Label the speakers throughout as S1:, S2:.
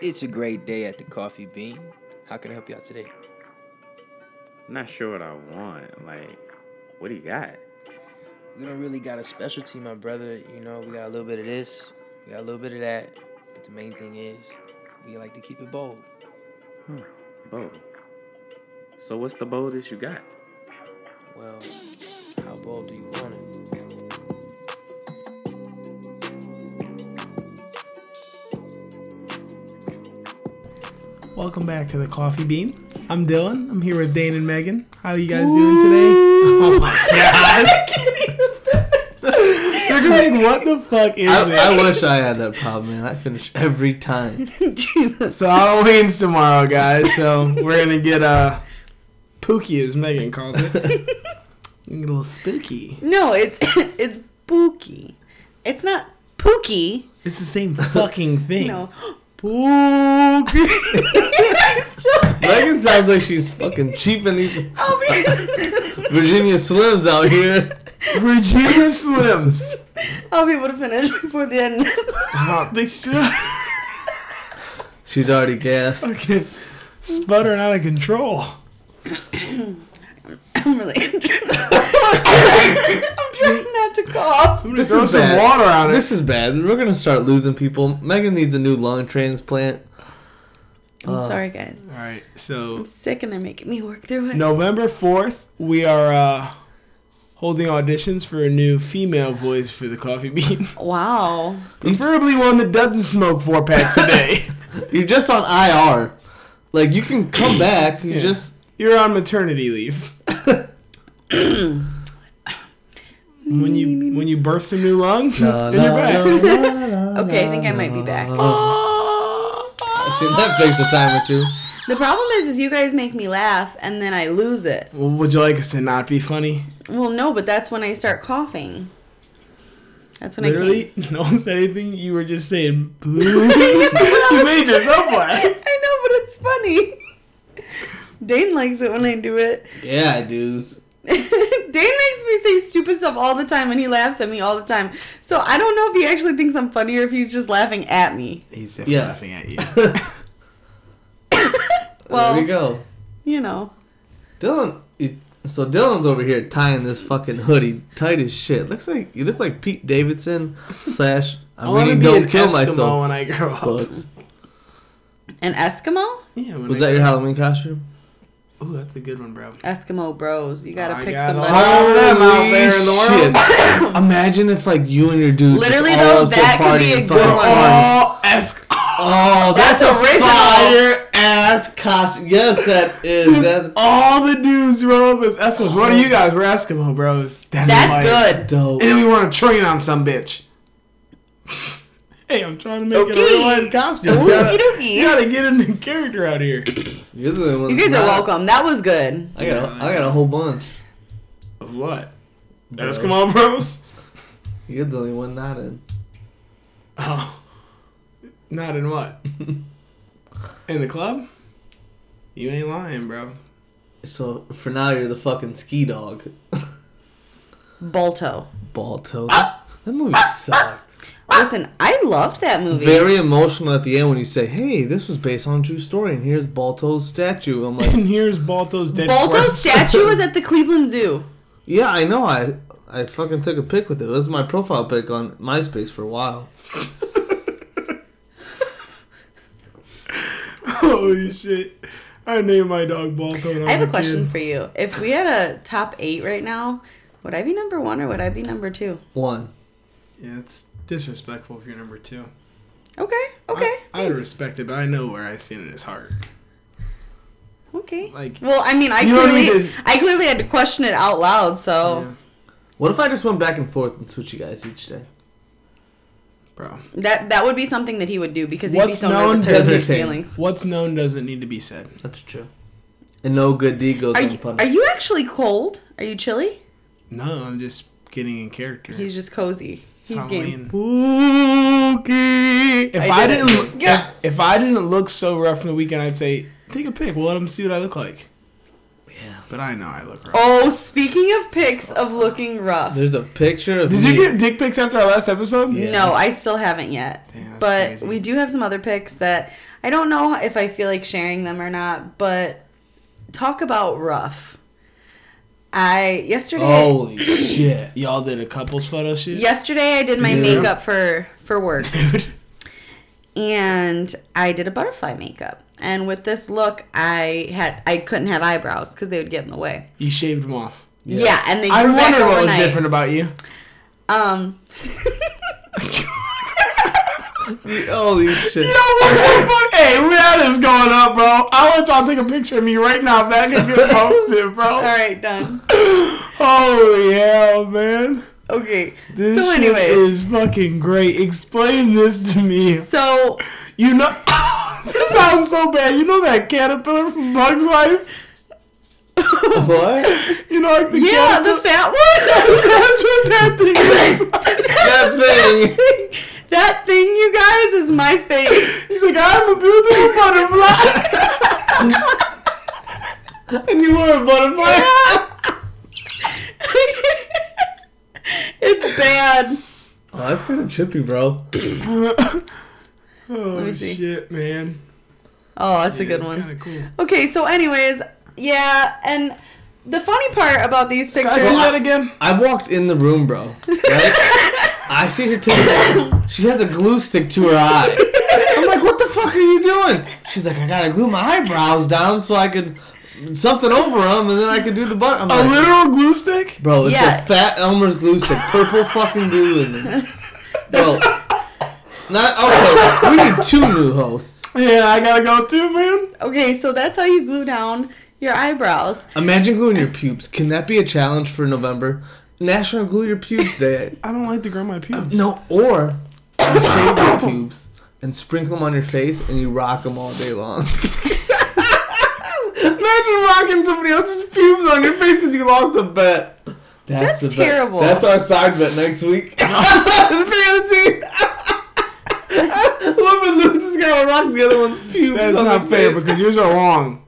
S1: It's a great day at the Coffee Bean. How can I help you out today?
S2: I'm not sure what I want. Like, what do you got?
S1: We don't really got a specialty, my brother. You know, we got a little bit of this, we got a little bit of that. But the main thing is, we like to keep it bold.
S2: Huh. Bold. So what's the boldest you got?
S1: Well, how bold do you want it?
S3: Welcome back to the Coffee Bean. I'm Dylan. I'm here with Dane and Megan. How are you guys doing today? Oh my god! They're gonna be like, what the fuck is
S4: I,
S3: this?
S4: I wish I had that problem, man. I finish every time.
S5: Jesus.
S3: so Halloween's tomorrow, guys. So we're gonna get uh, pooky, as Megan calls it. We're gonna get a little spooky.
S5: No, it's it's pooky. It's not pooky.
S3: It's the same fucking thing.
S5: No. Pooky. It's just-
S4: Megan sounds like she's fucking cheaping these
S5: I'll be,
S4: Virginia Slims out here.
S3: Virginia Slims.
S5: I'll be able to finish before the end.
S3: Oh, they should.
S4: She's already gassed.
S3: Fucking sputtering out of control.
S5: I'm really. I'm trying not to cough.
S3: I'm gonna
S4: This
S3: throw
S4: is
S3: some
S4: bad.
S3: water on it.
S4: This is bad. We're gonna start losing people. Megan needs a new lung transplant. Uh.
S5: I'm sorry, guys.
S3: All right, so
S5: I'm sick and they're making me work through it.
S3: November 4th, we are uh, holding auditions for a new female voice for the coffee bean.
S5: Wow.
S3: Preferably one that doesn't smoke four packs a day.
S4: You're just on IR. Like you can come back. You
S3: Yeah.
S4: just
S3: You're on maternity leave. when you when you burst a new lung,
S4: uh,
S3: then you're back.
S5: Okay, I think I might be back.
S4: Uh. I see that takes a time or two.
S5: The problem is, is you guys make me laugh and then I lose it.
S3: Well, would you like us to not be funny?
S5: Well, no, but that's when I start coughing. That's when I
S3: Literally, no one said anything. You were just saying boo. you made yourself laugh.
S5: can't. I know, but it's funny. Dane likes it when I do it.
S4: Yeah, dudes.
S5: Dane makes me say stupid stuff all the time and he laughs at me all the time. So I don't know if he actually thinks I'm funny or if he's just laughing at me.
S3: He's definitely
S4: Yeah.
S3: laughing at you.
S5: Well,
S4: there we go.
S5: you know.
S4: Dylan, you- so Dylan's over here tying this fucking hoodie tight as shit. Looks like you look like Pete Davidson slash I,
S3: I, want to
S4: really
S3: be
S4: don't
S3: an
S4: kill
S3: Eskimo
S4: myself.
S3: when I grow up.
S4: Books.
S5: An Eskimo?
S3: Yeah, when
S4: Was
S3: I
S4: that your Halloween costume?
S3: Ooh, that's a good one, bro.
S5: Eskimo bros. You gotta
S3: I
S5: pick
S3: got
S5: some
S3: a
S5: letters.
S3: lot. All them out there in the
S4: Shit. Imagine if like you and your dude just
S5: Literally,
S4: all
S5: though,
S4: up to
S5: that
S4: a
S5: could
S4: party
S5: be a
S4: and
S5: good
S4: fucking
S5: one.
S4: party.
S3: Oh, Esk.
S4: Oh, that's,
S5: That's
S4: a
S5: original.
S4: fire ass costume. Yes, that is. That's
S3: All the dudes roll up as Eskimos. What are you guys? We're Eskimo bros.
S5: That's
S3: light.
S5: good.
S4: dope.
S3: And then we want to train on some bitch. hey, I'm trying to make it a
S5: Okay.
S3: real life costume. You
S5: Okie
S3: gotta,
S5: dokie.
S3: you gotta get in the character out here.
S4: You're the one
S5: You
S4: that's
S5: guys are
S4: not-
S5: welcome. That was good.
S4: I got, a, I got a whole bunch.
S3: Of what? Eskimo bros?
S4: You're the only one not in.
S3: Oh. Not in what? in the club? You ain't lying, bro.
S4: So for now, you're the fucking ski dog.
S5: Balto.
S4: ball toe.
S5: Ah.
S4: That movie sucked.
S3: Ah!
S5: Listen, I loved that movie.
S4: Very emotional at the end when you say, "Hey, this was based on a true story, and here's Balto's statue." I'm like,
S3: And here's Balto's dead
S5: Balto's
S3: corpse.
S5: statue was at the Cleveland Zoo.
S4: "Yeah, I know. I I fucking took a pic with it. It was my profile pic on MySpace for a while."
S3: Holy shit. I named my dog Balto. and
S5: I have
S3: was
S5: a question for you. If we had a top eight right now, would I be number one or would I be number two?
S4: One.
S3: kid. Yeah, it's disrespectful if you're number two.
S5: Okay, okay.
S3: I, I
S5: thanks.
S3: respect it, but I know where I stand in his heart.
S5: Okay.
S3: Like,
S5: well, I mean, I
S3: You don't need
S5: clearly,
S3: to-
S5: I clearly had to question it out loud. So
S4: What if I just went back and forth and switched you guys each day?
S3: bro.
S5: that that would be something that he would do because he'd be
S3: What's
S5: so
S3: known
S5: nervous to hurt
S4: doesn't
S5: his
S4: change.
S5: feelings.
S3: What's known doesn't need to be said.
S4: That's true. And no good deed goes
S5: Are you,
S4: unpunished.
S5: are you actually cold? Are you chilly?
S3: No, I'm just getting in character.
S5: He's just cozy. He's game.
S3: Halloween. Spooky. If
S5: I
S3: I,
S5: did
S3: did
S5: it.
S3: not look,
S5: Yes.
S3: if, if I didn't look so rough in the weekend, I'd say take a pic. We'll let him see what I look like. But I know I look rough.
S5: Oh, speaking of pics of looking rough.
S4: There's a picture
S5: Oh,
S4: of
S3: Did
S4: me.
S3: you get dick pics after our last episode?
S5: No, I still haven't yet.
S3: Damn, that's
S5: but
S3: crazy.
S5: we do have some other picks that I don't know if I feel like sharing them or not, but talk about rough. I yesterday
S3: Oh.
S4: Holy shit.
S3: Y'all did a couples photo shoot.
S5: yesterday I did my
S4: Yeah.
S5: makeup for for work.
S3: Dude.
S5: and I did a butterfly makeup. And with this look, I had I couldn't have eyebrows cuz they would get in the way.
S3: You shaved them off.
S5: Yeah, and they grew
S3: I
S5: back
S3: wonder what was
S5: overnight.
S3: different about you.
S5: Um
S4: Holy shit.
S3: hey, that is going up, bro. I want y'all to take a picture of me right now if that can get posted, bro.
S5: all right, done.
S3: Holy hell, man.
S5: Okay.
S3: This
S5: so
S3: shit
S5: anyways,
S3: is fucking great. Explain this to me.
S5: so
S3: You know, this sounds so bad. You know that caterpillar from Bugs Life?
S4: What?
S3: You know, like the
S5: yeah,
S3: caterpillar.
S5: the fat one.
S3: That's what that thing is.
S4: that thing.
S5: that thing, you guys, is my face.
S3: He's like, I'm a beautiful butterfly.
S4: And you were a butterfly.
S5: it's bad.
S4: Oh, that's kind of trippy, bro.
S3: Oh,
S5: Let me see.
S3: shit, man.
S5: Oh, that's a good one.
S3: kind of cool.
S5: Okay, so anyways, yeah, and the funny part about these
S3: I see that
S5: pictures,
S3: again.
S4: I walked in the room, bro. Right? I see her titty. She has a glue stick to her eye. I'm like, what the fuck are you doing? She's like, I gotta glue my eyebrows down so I could something over them, and then I could do the butt. I'm
S3: A
S4: like,
S3: literal glue stick?
S4: bro, it's
S5: Yeah.
S4: a fat Elmer's glue stick, purple fucking glue in it, bro. Not okay. We need two new hosts.
S3: Yeah, I gotta go too, man.
S5: okay, so that's how you glue down your eyebrows.
S4: Imagine gluing your pubes. Can that be a challenge for November? National Glue Your Pubes Day.
S3: I don't like to grow my pubes.
S4: No, or you shave your pubes and sprinkle them on your face, and you rock them all day long. Imagine rocking somebody else's pubes on your face because you lost a bet.
S5: That's
S4: the bet.
S5: terrible.
S4: That's our side bet next week. Fantasy. Whoever loses is gonna rock the other one's pubes.
S3: That's
S4: on
S3: not
S4: their
S3: fair
S4: face.
S3: because yours are wrong.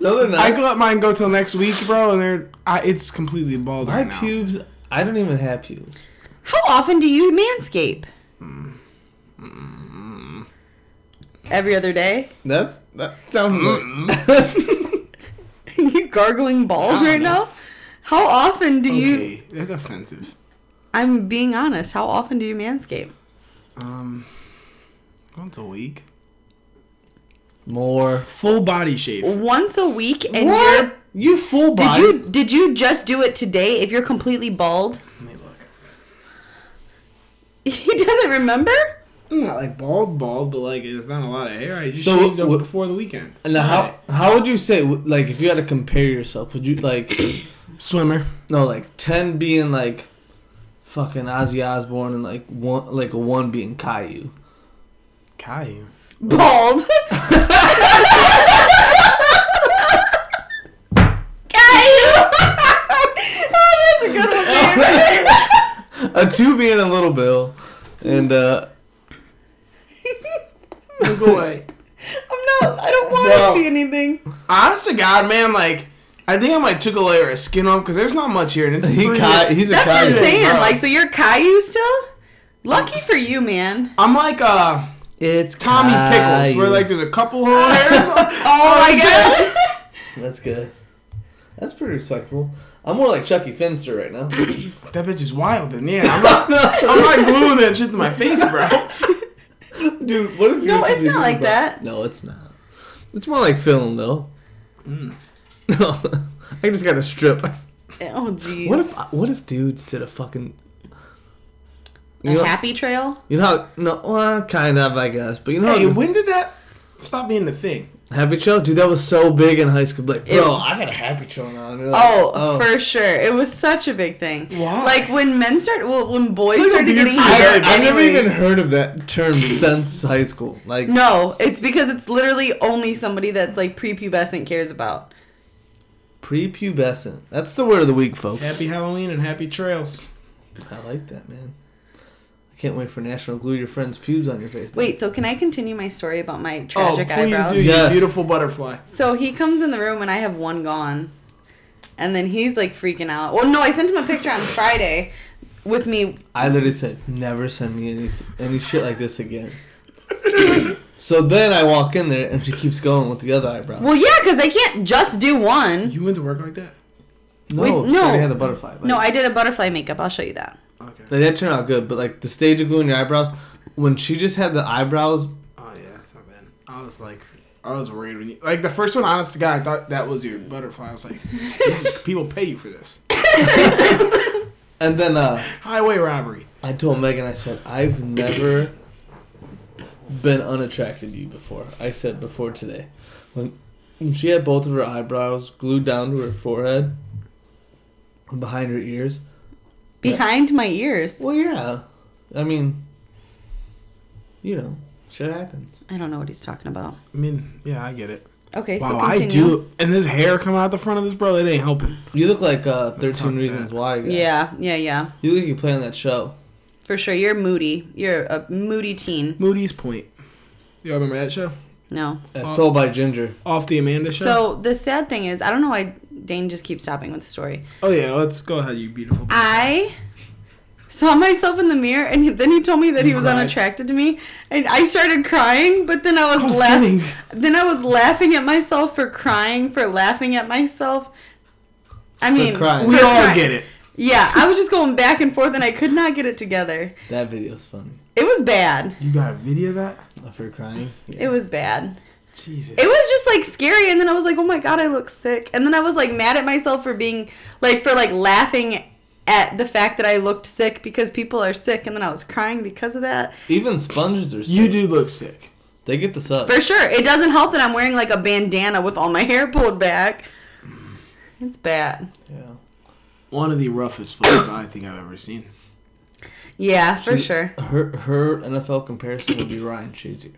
S4: No, they're not.
S3: I could let mine go till next week, bro, and they're I, it's completely bald
S4: my
S3: right now.
S4: pubes. I don't even have pubes.
S5: How often do you manscape? Every other day?
S4: That's that sounds.
S5: you gargling balls right now? How often do you?
S3: Okay, that's offensive.
S5: I'm being honest. How often do you manscape?
S3: Um, once a week.
S4: More.
S3: Full body shave.
S5: Once a week, and you're.
S4: What? You full
S5: Did
S4: body?
S5: you did you just do it today? If you're completely bald,
S3: Let me look.
S5: he doesn't remember.
S3: I'm not like bald, bald, but like it's not a lot of hair. I just
S4: So,
S3: shaved up
S4: what-
S3: before the weekend.
S4: Now, how how would you say like if you had to compare yourself? Would you like
S3: Swimmer.
S4: no like ten being like fucking Ozzy Osbourne and like one like a one being Caillou?
S3: Caillou.
S5: Bald. Caillou. oh, that's a good one, babe.
S4: A two being a Little Bill, and uh
S3: Look away.
S5: I'm not. I don't want
S3: No.
S5: to see anything.
S3: Honest to God, man, like I think I might took a layer of skin off because there's not much here, and it's
S4: he
S3: pretty-
S4: Ca- he's a
S5: That's what I'm
S4: Caillou.
S5: saying.
S3: bro.
S5: Like, so you're Caillou still? Lucky for you, man.
S3: I'm like uh,
S4: It's
S3: Tommy Pickles, where
S4: Caillou.
S3: like there's a couple whole hairs.
S5: Oh my god.
S4: That's good. That's pretty respectful. I'm more like Chucky Finster right now.
S3: That bitch is wild, and yeah, I'm not, I'm not gluing that shit to my face, bro.
S4: Dude, what if
S5: No,
S4: you-
S5: it's not like that.
S4: No, it's not. It's more like film though.
S5: Mm.
S4: No, I just got to strip.
S5: Oh jeez.
S4: What if what if dudes did a fucking you know,
S5: a happy trail?
S4: you know how- no well, kind of I guess but you know
S3: Hey,
S4: how,
S3: when did that stop being the thing?
S4: happy trail dude that was so big in high school like bro Oh, I got a happy trail now and you're like,
S5: Oh, for sure. It was such a big thing.
S3: Why?
S5: Like when men start, well, when boys
S3: It's like a
S5: started getting
S3: beautiful
S5: higher.
S3: day.
S4: I, have never
S5: anyways.
S4: even heard of that term since high school like
S5: No, it's because it's literally only somebody that's like prepubescent cares about.
S4: prepubescent that's the word of the week folks
S3: Happy Halloween and happy trails.
S4: I like that man I can't wait for National Glue Your Friends Pubes on Your Face Day.
S5: Wait, so can I continue my story about my
S3: Oh,
S5: tragic
S3: please
S5: eyebrows?
S3: do, you
S4: Yes.
S3: beautiful butterfly.
S5: So he comes in the room and I have one gone. And then he's like freaking out. Well, no, I sent him a picture on Friday with me.
S4: I literally said, never send me any, any shit like this again. so then I walk in there and she keeps going with the other eyebrow.
S5: Well, yeah, because I can't just do one.
S3: You went to work like that?
S4: no,
S5: wait,
S4: she
S5: no.
S4: already had the butterfly. Like,
S5: No, I did a butterfly makeup. I'll show you that.
S3: Okay.
S4: like, that turned out good, but like the stage of gluing your eyebrows, when she just had the eyebrows,
S3: Oh yeah, I bad. I was like, I was worried when you like the first one. Honest to God, I thought that was your butterfly. I was like, Jesus, people pay you for this
S4: and then uh,
S3: highway robbery.
S4: I told Megan, I said, I've never been unattracted to you before. I said before today. When, when she had both of her eyebrows glued down to her forehead and behind her ears.
S5: Behind my ears.
S4: Well, yeah. I mean, you know, shit happens.
S5: I don't know what he's talking about.
S3: I mean, yeah, I get it.
S5: Okay, so
S3: wow, I
S5: continue.
S3: do. And this hair coming out the front of this, bro, it ain't helping.
S4: You look like uh, 13
S3: Fuck
S4: Reasons
S3: that.
S4: Why. Guy.
S5: Yeah, yeah, yeah.
S4: You look like you play on that show.
S5: For sure. You're moody. You're a moody teen.
S3: Moody's Point. Y'all remember that show?
S5: No.
S4: As
S3: Oh.
S4: told by Ginger.
S3: Off the Amanda show.
S5: So the sad thing is, I don't know why Dane just keeps stopping with the story.
S3: oh yeah, let's go ahead, you beautiful.
S5: I saw myself in the mirror, and he- then he told me that he
S3: You
S5: was
S3: cried.
S5: unattracted to me, and I started crying. But then I was,
S3: I was
S5: laughing.
S3: kidding.
S5: Then I was laughing at myself for crying, for laughing at myself. I mean,
S4: crying.
S5: for
S3: we all
S5: crying.
S3: get it.
S5: Yeah, I was just going back and forth, and I could not get it together.
S4: That video's funny.
S5: It was bad.
S3: You got a video of that?
S4: Of her crying. Yeah.
S5: It was bad.
S3: Jesus.
S5: It was just like scary, and then I was like, "Oh my god, I look sick," and then I was like mad at myself for being like for like laughing at the fact that I looked sick because people are sick, and then I was crying because of that.
S4: Even sponges are sick.
S3: you do look sick.
S4: They get the sub.
S5: For sure, it doesn't help that I'm wearing like a bandana with all my hair pulled back. It's bad.
S4: yeah.
S3: One of the roughest photos I think I've ever seen.
S5: Yeah, for
S4: She-
S5: sure.
S4: Her her NFL comparison would be Ryan Shazier.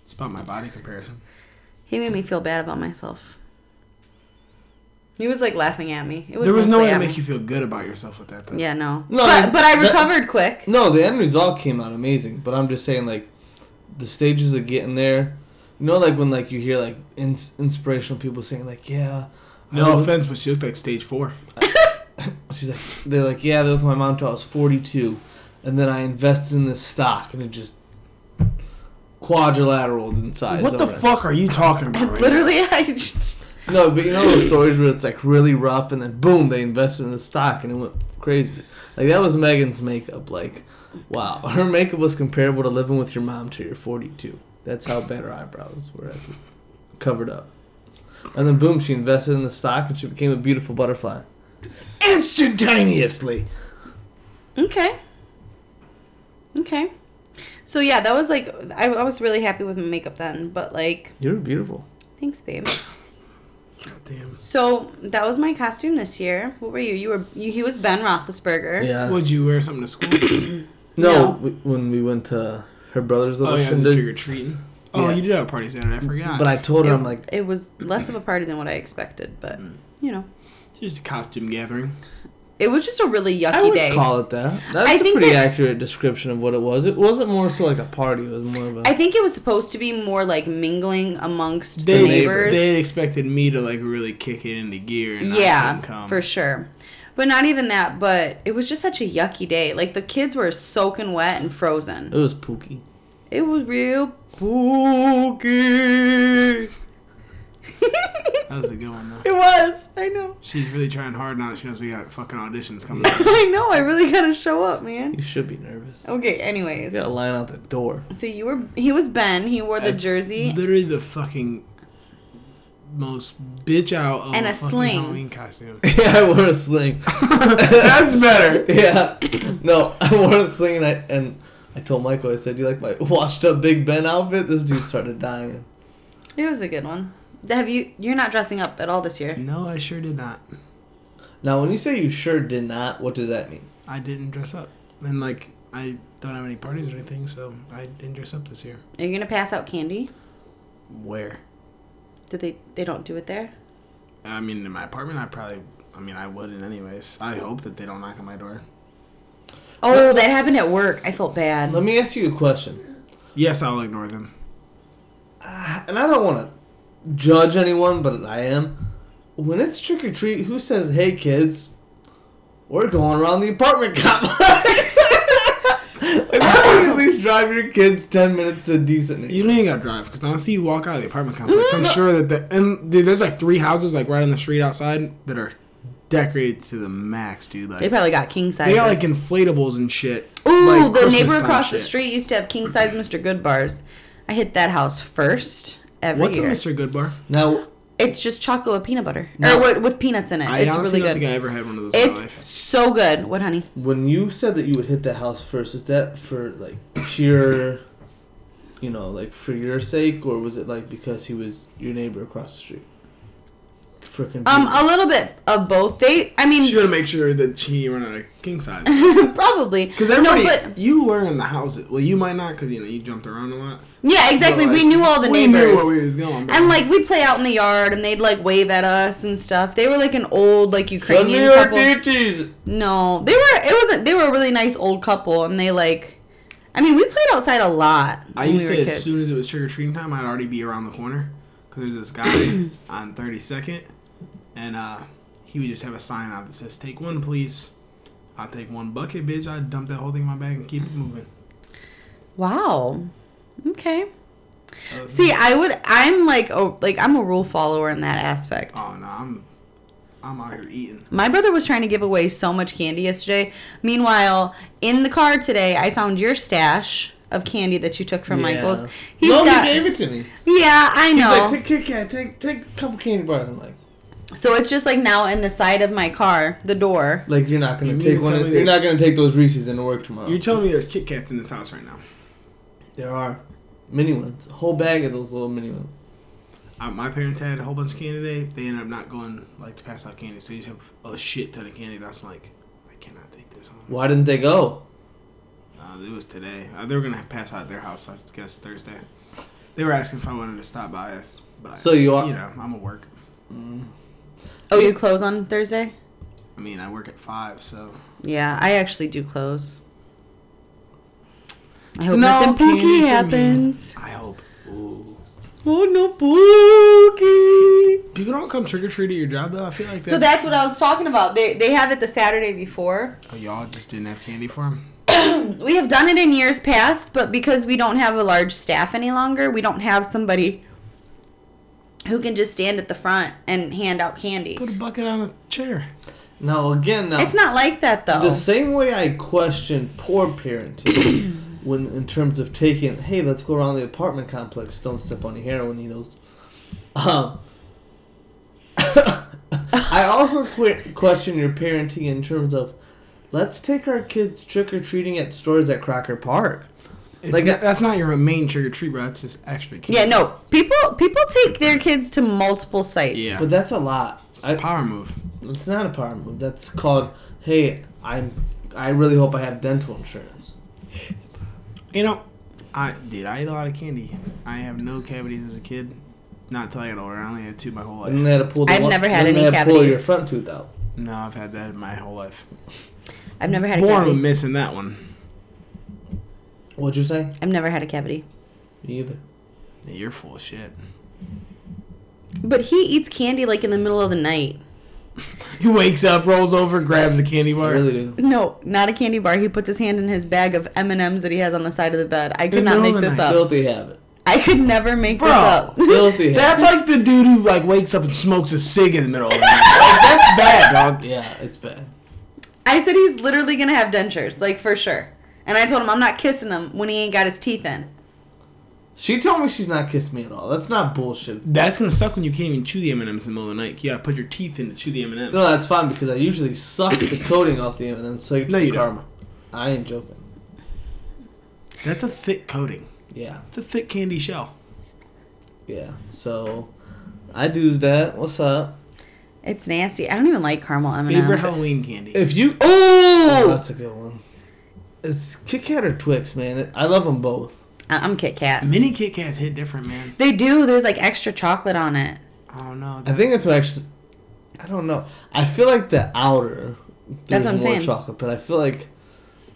S3: It's about my body comparison.
S5: He made me feel bad about myself. He was like laughing at me. It was
S3: there was no
S5: mostly
S3: way to
S5: at
S3: make
S5: me.
S3: you feel good about yourself with that. Though.
S5: Yeah, no.
S4: No,
S5: but, but I
S4: that-
S5: recovered quick.
S4: No, the end result came out amazing, but I'm just saying like the stages of getting there. You know, like when like you hear like ins- inspirational people saying like, yeah. I
S3: No
S4: lived-
S3: offense, but she looked like stage four.
S4: She's like, they're like, yeah, I lived with my mom till I was 42, and then I invested in this stock, and it just quadrilateraled in size.
S3: What the
S4: over."
S3: fuck are you talking about? right now?
S5: Literally, I. just-
S4: No, but you know those stories where it's like really rough, and then boom, they invested in the stock, and it went crazy. Like that was Megan's makeup. Like, wow, her makeup was comparable to living with your mom till you're 42. That's how bad her eyebrows were at the, covered up. And then boom, she invested in the stock, and she became a beautiful butterfly instantaneously.
S5: Okay. Okay. So yeah, that was like I, I was really happy with my makeup then, but like
S4: You're beautiful.
S5: thanks, babe.
S3: Damn.
S5: So that was my costume this year. What were you? You were you, he was Ben Roethlisberger.
S4: Yeah.
S3: Would you wear something to school?
S4: No,
S5: No.
S4: we, when we went to her brother's
S3: oh
S4: little
S3: yeah,
S4: shindig,
S3: trick or treating. Oh,
S4: Yeah.
S3: you did have a party Saturday. I forgot.
S4: but I told
S5: It,
S4: her I'm like, Mm.
S5: it was less of a party than what I expected, but you know,
S3: just a costume gathering.
S5: it was just a really
S4: I
S5: yucky
S4: would
S5: day.
S4: call it that. That's
S5: I
S4: a
S5: think
S4: pretty
S5: that-
S4: accurate description of what it was. It wasn't more so like a party. It was more of a.
S5: I think it was supposed to be more like mingling amongst
S3: They
S5: the
S4: neighbors.
S5: neighbors.
S3: they expected me to like really kick it into gear. And I couldn't
S5: yeah,
S3: come.
S5: for sure. But not even that, but it was just such a yucky day. Like the kids were soaking wet and frozen.
S4: it was Pookie.
S5: It was real
S4: Pookie.
S3: That was a good one though.
S5: It was. I know.
S3: She's really trying hard now. that She knows we got fucking auditions coming. up.
S5: I know. I really gotta show up, man.
S4: You should be nervous.
S5: Okay.
S4: You
S5: Anyways,
S4: got a line out the door.
S5: so you were. He was Ben. He wore the
S4: That's
S5: jersey.
S3: Literally the fucking most bitch out of
S5: And a
S3: fucking
S5: sling.
S3: Halloween costume.
S4: yeah, I wore a sling.
S3: That's better.
S4: yeah. No, I wore a sling and I and I told Michael I said, "Do you like my washed up Big Ben outfit?" This dude started dying.
S5: it was a good one. Have you? You're not dressing up at all this year.
S3: No, I sure did not.
S4: Now, when you say you sure did not, what does that mean?
S3: I didn't dress up, and like I don't have any parties or anything, so I didn't dress up this year.
S5: Are you gonna pass out candy?
S3: Where?
S5: Did they? They don't do it there.
S3: I mean, in my apartment, I probably. I mean, I wouldn't anyways. I hope that they don't knock on my door.
S5: Oh, that happened at work. I felt bad.
S4: Let me ask you a question.
S3: Yes, I'll ignore them.
S4: and I don't want to judge anyone, but I am. When it's trick or treat, who says, "Hey kids, we're going around the apartment complex"? like, why don't you at least drive your kids ten minutes to a decent? neighborhood?
S3: You don't even gotta drive because honestly, you walk out of the apartment complex. I'm sure that the and dude, there's like three houses like right on the street outside that are decorated to the max, dude. Like
S5: They probably got king sizes.
S3: they got like inflatables and shit.
S5: Ooh,
S3: like,
S5: the
S3: Christmas
S5: neighbor
S3: style
S5: across the
S3: shit.
S5: street used to have king size Mr. Good bars. I hit that house first every
S3: What's a
S5: year.
S3: Mr. Good bar?
S4: Now,
S5: It's just chocolate with peanut butter
S4: No.
S5: or with, with peanuts in it.
S3: I
S5: it's
S3: honestly
S5: really
S3: don't
S5: good.
S3: think I ever had one of those in my
S5: It's
S3: life.
S5: so good. What, honey?
S4: when you said that you would hit the house first, is that for like pure, you know, like for your sake, or was it like because he was your neighbor across the street? For
S5: Um,
S4: convenience.
S5: a little bit of both. They, I
S3: She
S5: mean,
S3: gotta make sure that she run out of king size.
S5: probably.
S3: Because everybody,
S5: No, but
S3: you learn in the houses. Well, you might not because you know you jumped around a lot.
S5: yeah, exactly.
S3: But, like,
S5: we knew all the
S3: we
S5: neighbors.
S3: knew where we was going. but-
S5: and like we'd play out in the yard, and they'd like wave at us and stuff. They were like an old like
S4: Show me
S5: Ukrainian
S4: your
S5: couple.
S4: duties.
S5: No, they were. It wasn't. They were a really nice old couple, and they like. I mean, we played outside a lot.
S3: I
S5: when
S3: used
S5: we
S3: to,
S5: were
S3: as soon as it was trick or treating time, I'd already be around the corner because there's this guy on 32nd, and uh, he would just have a sign out that says, "Take one, please." I will take one bucket, bitch. I would dump that whole thing in my bag and keep it moving.
S5: Wow. Okay.
S3: That was-
S5: See, I would. I'm like, oh, like I'm a rule follower in that aspect.
S3: oh no, I'm, I'm out here eating.
S5: My brother was trying to give away so much candy yesterday. Meanwhile, in the car today, I found your stash of candy that you took from
S4: Yeah.
S5: Michael's. He's
S4: No,
S5: got.
S4: he gave it to me.
S5: yeah, I
S4: He's
S5: know.
S4: like, take Kit Kat, take take a couple candy bars. I'm like,
S5: so it's just like now in the side of my car, the door.
S4: like you're not gonna
S3: You mean
S4: take
S3: to
S4: one.
S3: tell
S4: Of,
S3: me
S4: you're
S3: there's-
S4: not gonna take those Reese's into work tomorrow.
S3: You're telling me there's Kit Kats in this house right now?
S4: there are mini ones, a whole bag of those little mini ones.
S3: Uh, my parents had a whole bunch of candy today. They ended up not going like to pass out candy, so you just have a shit ton of candy. That's like, I cannot take this home.
S4: Why didn't they go?
S3: Uh, it was today. Uh, they were gonna pass out at their house. I guess Thursday. They were asking if I wanted to stop by us, but
S4: So
S3: I,
S4: you are-
S3: you know, I'm at work.
S5: Oh, you close on Thursday?
S3: I mean, I work at five, so
S5: Yeah, I actually do close. I hope
S3: no
S5: nothing
S3: candy for
S5: pooky
S3: me.
S5: happens.
S3: I hope. Ooh.
S5: Oh no, pooky.
S3: People don't come trick or treat at your job though. I feel like that.
S5: So that's what I was talking about. They they have it the Saturday before.
S3: oh, y'all just didn't have candy for them.
S5: We have done it in years past, but because we don't have a large staff any longer, we don't have somebody who can just stand at the front and hand out candy.
S3: Put a bucket on a chair.
S4: Now again, now
S5: It's not like that though.
S3: Oh.
S4: The same way I question poor parenting when in terms of taking, hey, let's go around the apartment complex, don't step on your heroin needles. Um, I also que- question your parenting in terms of, let's take our kids trick or treating at stores at Crocker Park.
S3: It's
S4: Like
S3: like
S4: a-
S3: that's not your main trick or treat, bro. That's just extra candy.
S5: yeah, no. People people take their kids to multiple sites.
S3: Yeah.
S4: But that's a lot.
S3: It's a
S4: I,
S3: power move.
S4: it's not a power move. That's called, hey, I'm. I really hope I have dental insurance.
S3: You know, I did. I ate a lot of candy. I have no cavities as a kid. Not till I got older. I only had two my whole
S4: And
S3: life.
S4: they had to pull. The
S5: I've never had
S4: then they
S5: any
S4: had to pull your
S5: cavities.
S4: front tooth out.
S3: No, I've had that my whole life.
S5: I've never had a
S3: Born with
S5: cavity.
S3: missing that one.
S4: What'd you say?
S5: I've never had a cavity.
S4: Me either.
S3: Yeah, you're full of shit.
S5: But he eats candy like in the middle of the night.
S3: He wakes up, rolls over, grabs the candy
S4: I
S3: bar.
S4: really do.
S5: No, not a candy bar. He puts his hand in his bag of M and M's that he has on the side of the bed. I could
S3: In the
S5: not
S3: middle
S5: make
S3: of the
S5: this
S3: night.
S5: up.
S4: Filthy habit.
S5: I could never make
S3: Bro.
S5: this up.
S4: Filthy habit.
S3: That's like the dude who like wakes up and smokes a cig in the middle of the night. Like, that's bad, dog.
S4: Yeah, it's bad.
S5: I said he's literally gonna have dentures, like for sure. And I told him I'm not kissing him when he ain't got his teeth in.
S4: She told me she's not kissed me at all. That's not bullshit.
S3: That's gonna suck when you can't even chew the M and M's in the middle of the night. You gotta put your teeth in to chew the M and M's.
S4: No, that's fine because I usually suck the coating off the M&M's so I get
S3: No, you don't.
S4: karma. I ain't joking.
S3: That's a thick coating.
S4: Yeah,
S3: It's a thick candy shell.
S4: yeah. So I do that. What's up?
S5: It's nasty. I don't even like caramel M&Ms.
S3: Favorite Halloween candy.
S4: If you oh,
S5: Oh,
S4: that's a good one. It's Kit Kat or Twix, man. I love them both.
S5: I- I'm Kit Kat.
S3: Mini Kit Kats hit different, man.
S5: They do. There's like extra chocolate on it.
S3: I don't know.
S4: I think that's what actually. I don't know. I feel like the outer.
S5: That's
S4: there's
S5: what I'm
S4: more
S5: saying.
S4: chocolate, but I feel like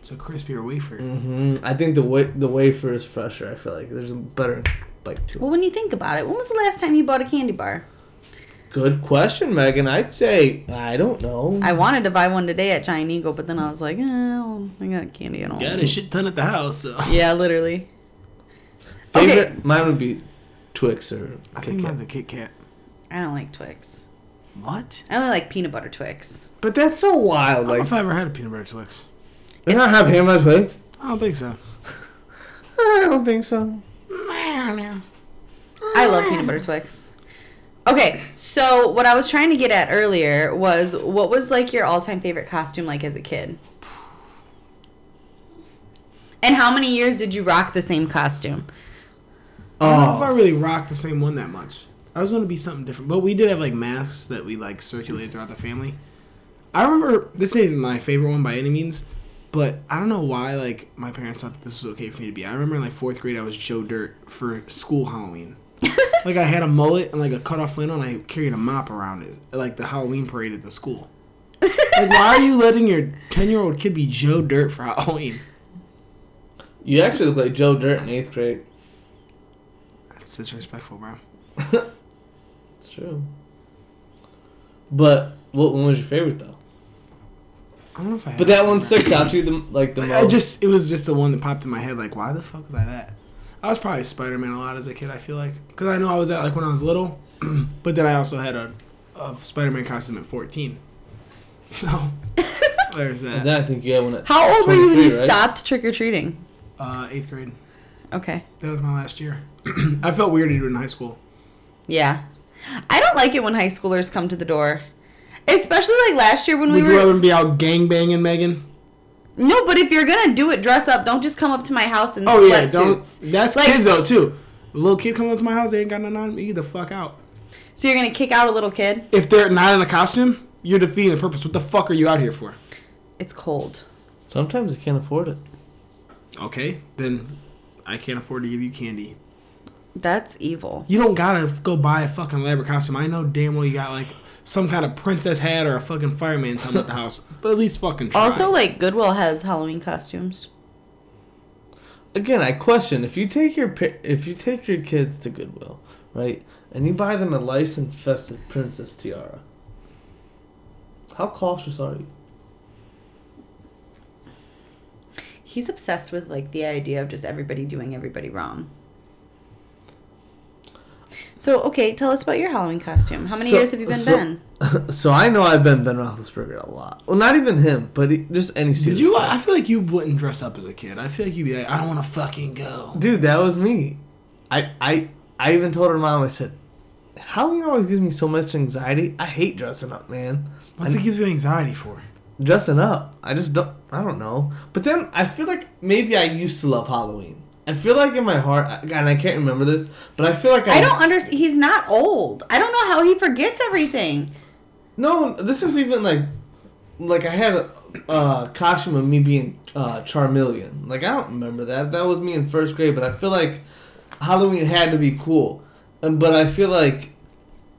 S3: It's a crispier wafer.
S4: Mm. Mm-hmm. hmm I think the wa- the wafer is fresher. I feel like there's a better bite to it.
S5: Well, when you think about it, when was the last time you bought a candy bar?
S4: Good question, Megan. I'd say I don't know.
S5: I wanted to buy one today at Giant Eagle, but then I was like, eh, well, I got candy at home.
S3: Got a shit ton at the house, so.
S5: Yeah, literally.
S4: Favorite
S5: Okay.
S4: mine would be Twix or
S3: I
S4: Kit
S3: think
S4: Kat.
S3: mine's a Kit Kat.
S5: I don't like Twix.
S3: What?
S5: I only like peanut butter Twix.
S4: But that's so wild.
S3: I don't know
S4: Like,
S3: if I ever had a peanut butter Twix.
S4: did I have ham as well?
S3: I don't think so.
S4: I don't think so.
S5: I love peanut butter Twix. Okay, so what I was trying to get at earlier was what was like your all-time favorite costume like as a kid? And how many years did you rock the same costume?
S3: I don't know if I
S4: Oh,
S3: really rocked the same one that much. I was going to be something different, but we did have like masks that we like circulated throughout the family. I remember this isn't my favorite one by any means, but I don't know why like my parents thought that this was okay for me to be. I remember in like fourth grade I was Joe Dirt for school Halloween. like I had a mullet and like a cut off flannel and I carried a mop around it at, like the Halloween parade at the school. like why are you letting your ten year old kid be Joe Dirt for Halloween?
S4: you actually look like Joe Dirt in eighth grade.
S3: That's disrespectful, bro.
S4: It's true. But what one was your favorite though?
S3: I don't know if I. Had
S4: But that
S3: one
S4: one
S3: bro.
S4: sticks out to you the like the most.
S3: I just it was just the one that popped in my head. Like, why the fuck was I that? I was probably Spider Man a lot as a kid. I feel like because I know I was that like when I was little, but then I also had a, a Spider Man costume at fourteen. So there's
S4: And
S3: that.
S4: then I think you had one at
S5: How old were you when you
S4: 23, right?
S5: stopped trick or treating?
S3: Uh, eighth grade.
S5: Okay.
S3: That was my last year. I felt weird to do it in high school.
S5: Yeah. I don't like it when high schoolers come to the door. Especially like last year when we
S3: Would
S5: were
S3: you rather be out gang banging, Megan?
S5: No, but if you're gonna do it, dress up. Don't just come up to my house in
S3: Oh yeah, don't.
S5: sweatsuits.
S3: That's
S5: Like-
S3: kids though too. Little kid comes up to my house, they ain't got nothing on me. The fuck out.
S5: So you're gonna kick out a little kid?
S3: If they're not in a costume, you're defeating the purpose. What the fuck are you out here for?
S5: It's cold.
S4: Sometimes you can't afford it.
S3: Okay, then I can't afford to give you candy.
S5: That's evil.
S3: You don't gotta go buy a fucking elaborate costume. I know damn well you got like some kind of princess hat or a fucking fireman helmet at the house, but at least fucking try.
S5: Also, like Goodwill has Halloween costumes.
S4: Again, I question if you take your pa- if you take your kids to Goodwill, right, and you buy them a lice infested princess tiara. How cautious are you?
S5: He's obsessed with like the idea of just everybody doing everybody wrong. So okay, tell us about your Halloween costume. How many
S4: So-
S5: years have you been
S4: so-
S5: Ben?
S4: so I know I've been Ben Roethlisberger a lot. Well, not even him, but he, just any
S3: did
S4: serious.
S3: you?
S4: player.
S3: I feel like you wouldn't dress up as a kid. I feel like you'd be like, I don't want to fucking go.
S4: Dude, that was me. I I I even told her mom. I said, Halloween always gives me so much anxiety. I hate dressing up, man.
S3: What's it gives you anxiety for?
S4: dressing up. I just don't. I don't know. But then I feel like maybe I used to love Halloween. I feel like in my heart, I- God, and I can't remember this, but I feel like
S3: oh.
S4: I,
S5: I don't understand. He's not old. I don't know how he forgets everything.
S4: No, this is even like, like I had a, a costume of me being uh, Charmeleon. Like I don't remember that. That was me in first grade, but I feel like Halloween had to be cool. And but I feel like,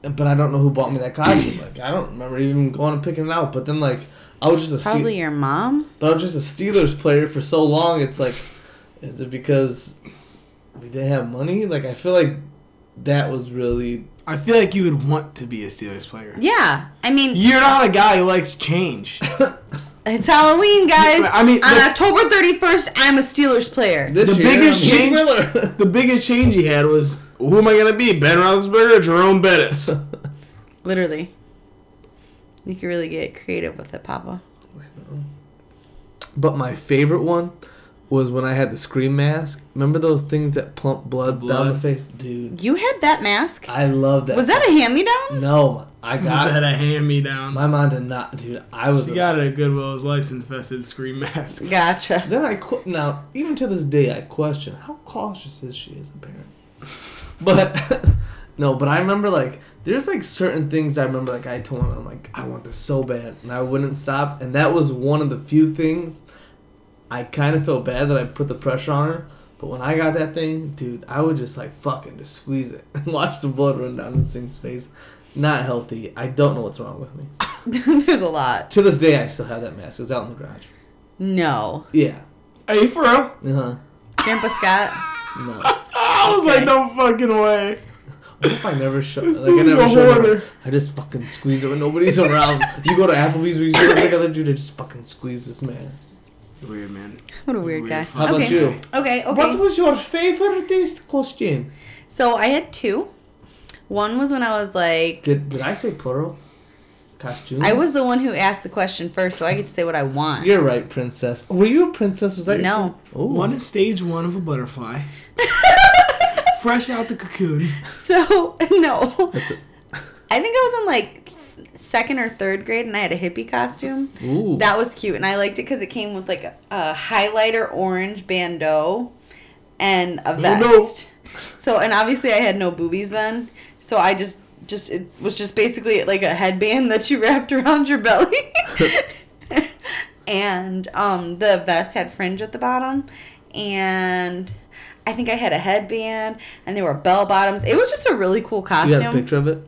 S4: but I don't know who bought me that costume. Like I don't remember even going and picking it out. But then like I was just a Ste-
S5: Probably your mom.
S4: But I was just a Steelers player for so long. It's like, is it because we didn't have money? Like I feel like that was really
S3: I feel like you would want to be a Steelers player.
S5: Yeah, I mean
S3: You're not a guy who likes change.
S5: it's Halloween, guys.
S3: I mean,
S5: on
S3: the-
S5: October thirty first, I'm a Steelers player.
S4: this
S3: The
S4: year,
S3: biggest
S4: I'm
S3: change-
S4: Steeler.
S3: the biggest change he had was, who am I gonna be, Ben Roethlisberger or Jerome Bettis?
S5: Literally. You could really get creative with it, Papa.
S4: But my favorite one was when I had the scream mask. Remember those things that plump blood, down the
S3: Blood.
S4: face, dude?
S5: You had that mask?
S4: I love that.
S5: Was that a hand me down?
S4: no? I
S3: Just
S4: got
S3: had
S4: it.
S3: a hand me down.
S4: my mom did not, dude. I was.
S3: She
S4: a-
S3: got it at Goodwill's lice infested scream mask.
S5: Gotcha.
S4: Then I qu- now even to this day I question how cautious is she as a parent. But no, but I remember like there's like certain things I remember like I told him I'm like I want this so bad and I wouldn't stop and that was one of the few things I kind of felt bad that I put the pressure on her. But when I got that thing, dude, I would just like fucking just squeeze it and watch the blood run down this thing's face. Not healthy. I don't know what's wrong with me.
S5: There's a lot.
S4: To this day, I still have that mask. It's out in the garage.
S5: No.
S4: Yeah.
S3: Are you for real?
S4: Uh huh.
S5: Grandpa Scott?
S4: No.
S3: I was like, no fucking way.
S4: What if I never show?
S3: This
S4: Like I
S3: dude's
S4: never
S3: a
S4: show.
S3: hoarder.
S4: I just fucking squeeze it when nobody's around. You go to Applebee's, you see the other dude, I just fucking squeeze this man.
S3: Weird man.
S5: What a weird
S3: Weird.
S5: guy.
S4: How about
S5: okay.
S4: you?
S5: Okay, okay.
S4: What was your favorite taste question?
S5: so I had two. One was when I was like,
S4: Did did I say plural? Costumes.
S5: I was the one who asked the question first, so I get to say what I want.
S4: You're right, princess. Were you a princess? Was that your-
S5: No.
S4: Oh,
S3: One is stage one of a butterfly. Fresh out the cocoon.
S5: So no, I think I was in like second or third grade, and I had a hippie costume.
S4: Ooh.
S5: That was cute, and I liked it because it came with like a, a highlighter orange bandeau and a vest. So, and obviously I had no boobies then, so I just just it was just basically like a headband that you wrapped around your belly. and um the vest had fringe at the bottom and I think I had a headband and there were bell bottoms. It was just a really cool
S4: you got a
S5: costume.
S4: picture of it.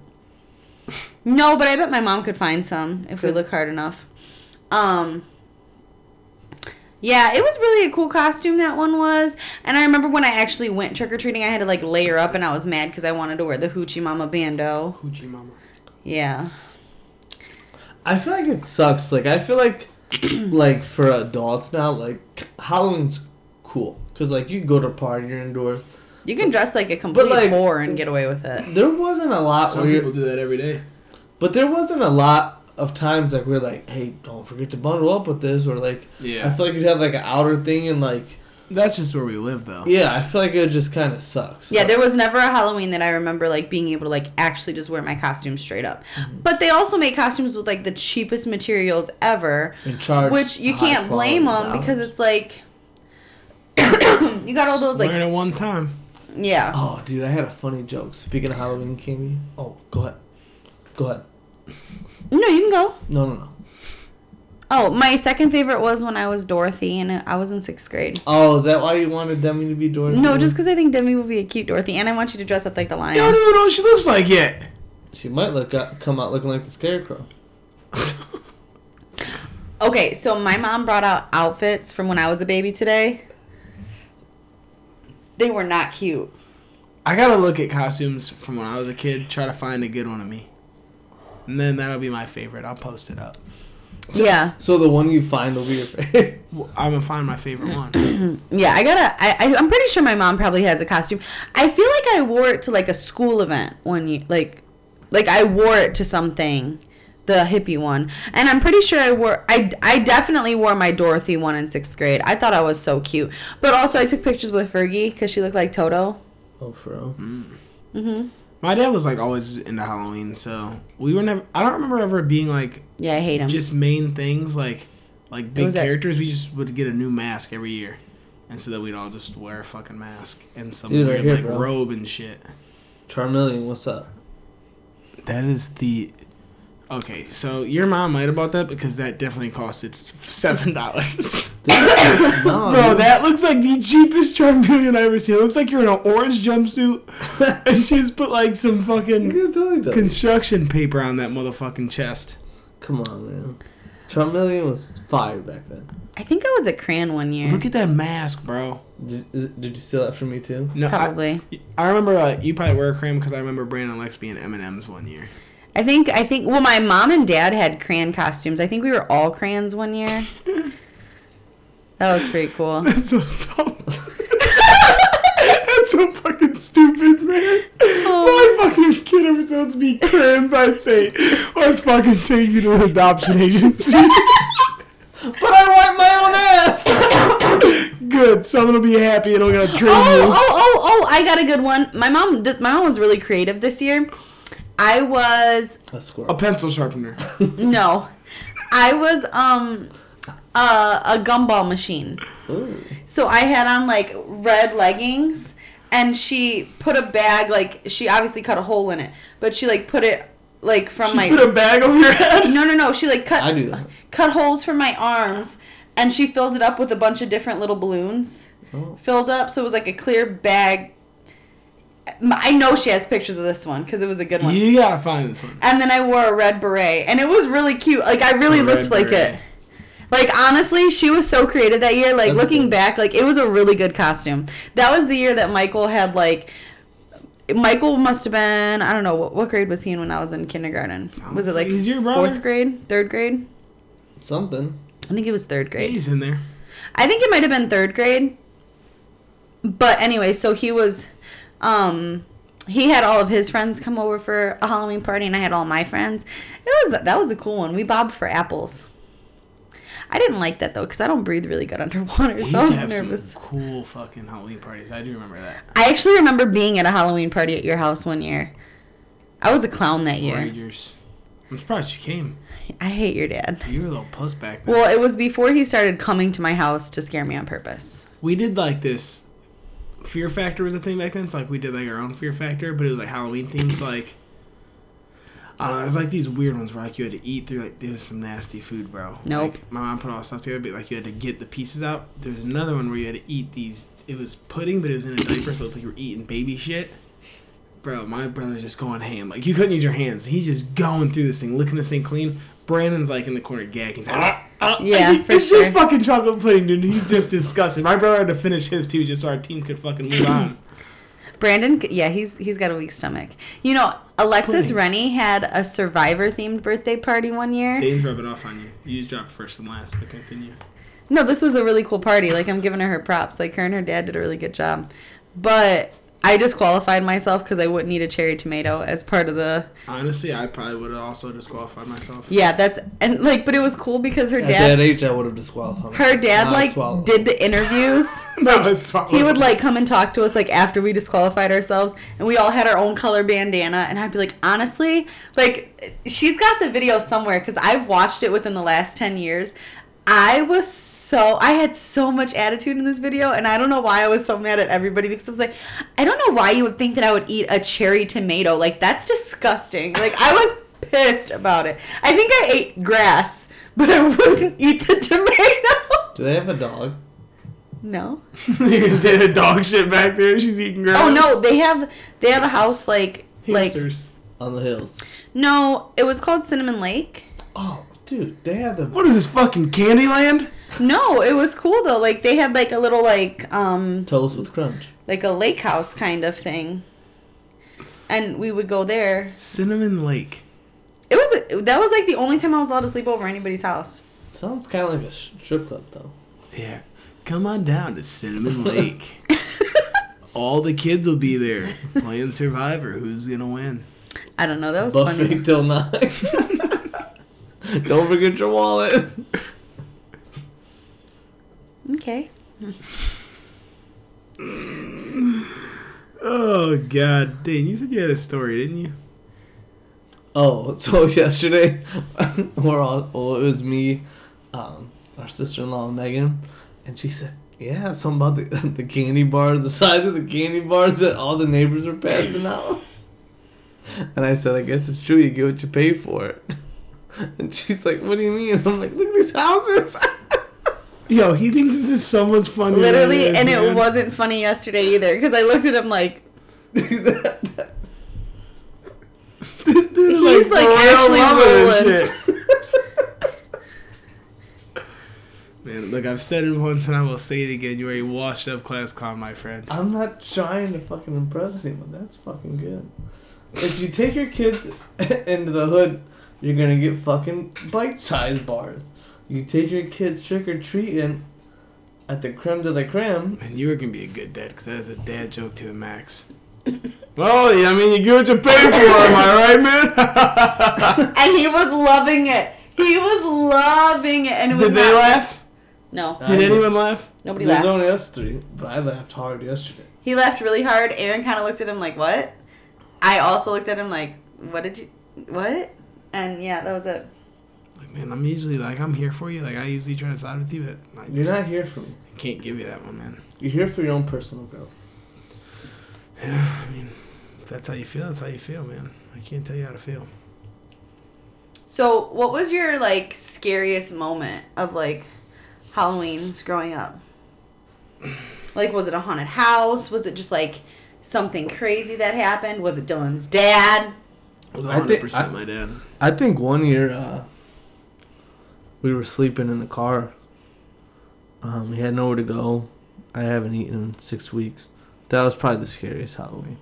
S5: No, but I bet my mom could find some if we
S4: Okay.
S5: look hard enough. Um Yeah, it was really a cool costume that one was. And I remember when I actually went trick or treating, I had to like layer up and I was mad cuz I wanted to wear the Hoochie Mama bandeau.
S3: Hoochie mama.
S5: Yeah.
S4: I feel like it sucks. Like I feel like, like for adults now, like Halloween's cool because like you go to a party, you're indoors.
S5: You can dress like a complete
S4: like-
S5: whore and get away with it.
S4: There wasn't a lot
S3: Some
S4: where
S3: people
S4: you,
S3: do that every day.
S4: but there wasn't a lot of times like we are like, hey, don't forget to bundle up with this, or like,
S3: Yeah.
S4: I feel like you'd have like an outer thing and like,
S3: That's just where we live though.
S4: yeah, I feel like it just kind of sucks.
S5: Yeah, there was never a Halloween that I remember like being able to like actually just wear my costume straight up. But they also make costumes with like the cheapest materials ever.
S4: and charge
S5: which you can't blame them because it's like you got all those like
S3: Learn it
S5: s-
S3: one time.
S5: yeah
S4: Oh, dude, I had a funny joke. Speaking of Halloween candy, oh, go ahead, go ahead.
S5: no you can go
S4: No, no, no.
S5: oh my second favorite was when i was dorothy and i was in sixth grade
S4: Oh, is that why you wanted Demi to be Dorothy?
S5: no just because i think demi would be a cute dorothy and i want you to dress up like the
S3: You don't
S5: lion
S3: even know what she looks like yet.
S4: She might look up, come out looking like the scarecrow.
S5: okay so my mom brought out outfits from when i was a baby today they were not cute
S3: I gotta look at costumes from when I was a kid, try to find a good one of me. And then that'll be my favorite. I'll post it up.
S5: yeah
S4: So the one you find will be your favorite.
S3: Well, I'm gonna find my favorite one.
S5: Yeah, I gotta. I, I I'm pretty sure my mom probably has a costume. I feel like I wore it to like a school event one year. Like, like I wore it to something, the hippie one. And I'm pretty sure I wore. I I definitely wore my Dorothy one in sixth grade. I thought I was so cute. But also, I took pictures with Fergie because she looked like Toto.
S4: oh, for real.
S3: My dad was like always into Halloween, so we were never. I don't remember ever being like
S5: Yeah, I hate him.
S3: just main things like like big
S5: was that-
S3: characters. We just would get a new mask every year, and so that we'd all just wear a fucking mask and some
S4: Dude, right
S3: weird
S4: here,
S3: like
S4: bro.
S3: robe and shit.
S4: Charmeleon, what's up?
S3: That is the. Okay, so your mom might about that because that definitely costed seven dollars.
S4: No,
S3: Bro,
S4: dude.
S3: that looks like the cheapest Charmeleon I ever seen. It looks like you're in an orange jumpsuit, and she's put like some fucking
S4: You totally don't.
S3: construction paper on that motherfucking chest.
S4: Come on, man. Charmeleon was fire back then.
S5: I think I was at Cran one year.
S3: Look at that mask, bro.
S4: Did, is, did you steal that from me too?
S3: No, I,
S5: Probably.
S3: I remember uh, you probably were a cram because I remember Brandon and Lex being M and M's one year.
S5: I think I think well my mom and dad had crayon costumes. I think we were all crayons one year. that was pretty cool.
S3: That's so dumb. That's so fucking stupid, man.
S5: Oh.
S3: My fucking kid ever tells me crayons, I say, let's fucking take you to an adoption agency.
S4: But I wiped my own ass!
S3: Good, someone will be happy and I'm gonna train
S5: Oh,
S3: you.
S5: oh, oh, oh! I got a good one. My mom, this, my mom was really creative this year. I was
S4: A
S3: A
S4: squirrel.
S3: pencil sharpener.
S5: no, I was um a, a gumball machine.
S4: Oh, Ooh.
S5: So I had on like red leggings, and she put a bag like she obviously cut a hole in it, but she like put it like from my
S3: Put a bag over your head.
S5: no no no she like cut
S4: I do that.
S5: cut holes for my arms and she filled it up with a bunch of different little balloons
S4: Oh.
S5: filled up so it was like a clear bag i know she has pictures of this one because it was a good one
S3: You gotta find this one.
S5: and then i wore a red beret and it was really cute like i really
S3: A red
S5: looked like
S3: beret.
S5: it Like honestly, she was so creative that year. Like
S4: That's
S5: looking
S4: good.
S5: back, like it was a really good costume. That was the year that Michael had like Michael must have been I don't know what, what grade was he in when I was in kindergarten. Was it like
S3: He's your brother.
S5: fourth grade, third grade?
S4: Something.
S5: I think it was third grade.
S3: He's in there.
S5: I think it might have been third grade. But anyway, so he was, um, he had all of his friends come over for a Halloween party, and I had all my friends. It was that was a cool one. We bobbed for apples. I didn't like that though, because I don't breathe really good underwater,
S3: We used
S5: so I
S3: to
S5: was
S3: have
S5: nervous.
S3: some cool fucking Halloween parties. I do remember that.
S5: I actually remember being at a Halloween party at your house one year. I was a clown that year.
S3: Rangers. I'm surprised you came.
S5: I hate your dad.
S3: You were a little puss back then.
S5: Well, it was before he started coming to my house to scare me on purpose.
S3: we did like this. Fear Factor was a thing back then, so like we did like our own Fear Factor, but it was like Halloween themes. Like, I don't know, it was like these weird ones where like you had to eat through like there was some nasty food, bro.
S5: Nope.
S3: Like, my mom put all the stuff together, but like you had to get the pieces out. There was another one where you had to eat these. It was pudding, but it was in a diaper, so it looked like you were eating baby shit. Bro, my brother's just going ham. Like you couldn't use your hands. He's just going through this thing, licking this thing clean. Brandon's like in the corner gagging. He's like, "Ah, ah."
S5: Yeah,
S3: He-
S5: for
S3: it's
S5: sure.
S3: just fucking chocolate pudding, dude. He's just disgusted. My brother had to finish his too, just so our team could fucking move on.
S5: Brandon, yeah, he's he's got a weak stomach. You know, Alexis
S3: Pudding.
S5: Rennie had a Survivor themed birthday party one year.
S3: Dane's rubbing off on you. You just dropped first and last, but continue.
S5: No, this was a really cool party. Like I'm giving her her props. Like her and her dad did a really good job. But I disqualified myself because I wouldn't eat a cherry tomato as part of the
S3: Honestly, I probably would have also disqualified myself.
S5: yeah. That's and like, but it was cool because her
S4: At that
S5: dad,
S4: age, I would have disqualified.
S5: her dad
S4: Not
S5: like
S4: swallowed.
S5: did the interviews.
S3: no, it's fine.
S5: He would like come and talk to us like after we disqualified ourselves, and we all had our own color bandana. And I'd be like, honestly, like she's got the video somewhere because I've watched it within the last ten years. I was so I had so much attitude in this video, and I don't know why I was so mad at everybody because I was like, I don't know why you would think that I would eat a cherry tomato. Like that's disgusting. Like I was pissed about it. I think I ate grass, but I wouldn't eat the tomato.
S4: Do they have a dog?
S5: No.
S3: He was in a dog shit back there. She's eating grass.
S5: Oh no, they have they have a house like like
S3: Hamsters.
S4: On the hills.
S5: no, it was called Cinnamon Lake.
S4: Oh, dude, they have the.
S3: what is this fucking Candyland?
S5: No, it was cool though. Like they had like a little like um
S4: Toast with crunch.
S5: like a lake house kind of thing. And we would go there.
S3: Cinnamon Lake.
S5: It was that was like the only time I was allowed to sleep over anybody's house.
S4: Sounds kind of like a strip club, though.
S3: Yeah. Come on down to Cinnamon Lake. All the kids will be there playing Survivor. Who's gonna win?
S5: I don't know. That was
S4: Buffet
S5: funny.
S4: till nine. Don't forget your wallet.
S5: Okay.
S3: Oh god, Dane, you said you had a story, didn't you?
S4: Oh, so yesterday, we're all. Oh, it was me, um, our sister-in-law Megan, and she said, "Yeah, something about the, the candy bars, the size of the candy bars that all the neighbors were passing out." And I said, "I guess it's true. You get what you pay for." it." And she's like, "What do you mean?" I'm like, "Look at these houses."
S3: Yo, he thinks this is so much fun.
S5: Literally, and it wasn't funny yesterday either because I looked at him like
S4: Dude, that- that-
S3: This dude
S5: is, He's, like, like, for real actually loving this
S3: Man, look, I've said it once and I will say it again. You are a washed up class clown, my friend.
S4: I'm not trying to fucking impress anyone. That's fucking good. If you take your kids into the hood, you're gonna get fucking bite-sized bars. You take your kids trick or treating at the creme de la creme.
S3: Man, you were gonna be a good dad because that is a dad joke to the max. well, yeah, I mean, you get what you pay for, am I right, man?
S5: and he was loving it. He was loving it, and it was
S3: Did they
S5: not-
S3: laugh?
S5: No,
S4: I-
S3: Did anyone laugh?
S5: nobody
S4: There's
S5: laughed.
S4: only us three, but I laughed hard yesterday.
S5: He laughed really hard. Aaron kind of looked at him like, "What?" I also looked at him like, "What did you? What?" And yeah, that was it.
S3: Like, man, I'm usually like, I'm here for you. Like, I usually try to side with you, but I
S4: You're
S3: just
S4: not here for me.
S3: can't give you that one, man.
S4: You're here for your own personal growth.
S3: Yeah, I mean, if that's how you feel, that's how you feel, man. I can't tell you how to feel.
S5: So, what was your like scariest moment of like Halloween's growing up? Like, was it a haunted house? Was it just like something crazy that happened? Was it Dylan's dad?
S3: It was
S4: I think-
S3: 100% my dad.
S4: I think one year, uh, We were sleeping in the car. Um, we had nowhere to go. I haven't eaten in six weeks. That was probably the scariest Halloween.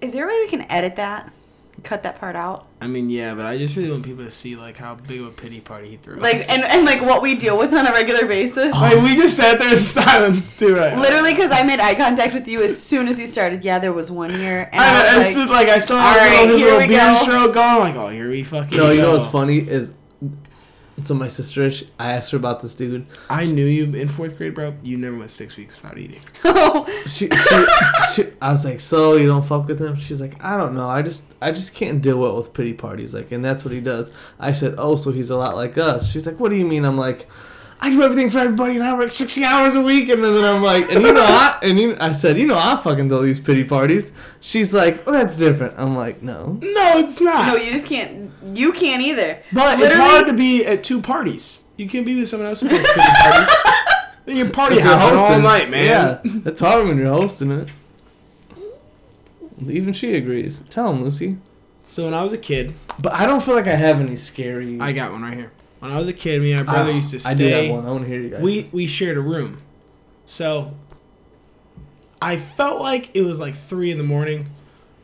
S5: Is there a way we can edit that? Cut that part out?
S3: I mean, yeah, but I just really want people to see like how big of a pity party he threw. us.
S5: Like and, and like what we deal with on a regular basis?
S3: Like, we just sat there in silence too. Right?
S5: Literally, because I made eye contact with you as soon as he started. Yeah, there was one year, and
S3: I,
S5: I,
S3: I
S5: was
S3: stood, like
S5: like,
S3: I saw
S5: "All
S3: his
S5: right,
S3: little, his
S5: here
S3: little
S5: we
S3: beard
S5: go."
S3: stroke going. Like, oh, here we fucking.
S4: No, you know
S3: go.
S4: what's funny is, so my sister, she, I asked her about this dude.
S3: I knew you in fourth grade, bro. You never went six weeks without eating.
S4: She, she, she, I was like, so you don't fuck with him? She's like, I don't know. I just, I just can't deal well with pity parties. Like, and that's what he does. I said, oh, so he's a lot like us. She's like, what do you mean? I'm like, I do everything for everybody, and I work sixty hours a week. And then, then I'm like, and you know, I, and you, I said, you know, I fucking do these pity parties. She's like, well, that's different. I'm like, no.
S3: No, it's not.
S5: "No, you just can't. You can't either."
S3: but it's
S5: Literally-
S3: hard to be at two parties. You can't be with someone else. who goes to pity parties. Then you're party
S4: If you're
S3: hopping all
S4: hosting-
S3: night, man.
S4: Yeah, that's hard when you're hosting it. Even she agrees. Tell him, Lucy.
S3: So when I was a kid,
S4: But I don't feel like I have any scary.
S3: I got one right here. When I was a kid, me and my brother
S4: Ah,
S3: used to stay.
S4: I do have one. I want to hear you guys.
S3: we we shared a room so i felt like it was like three in the morning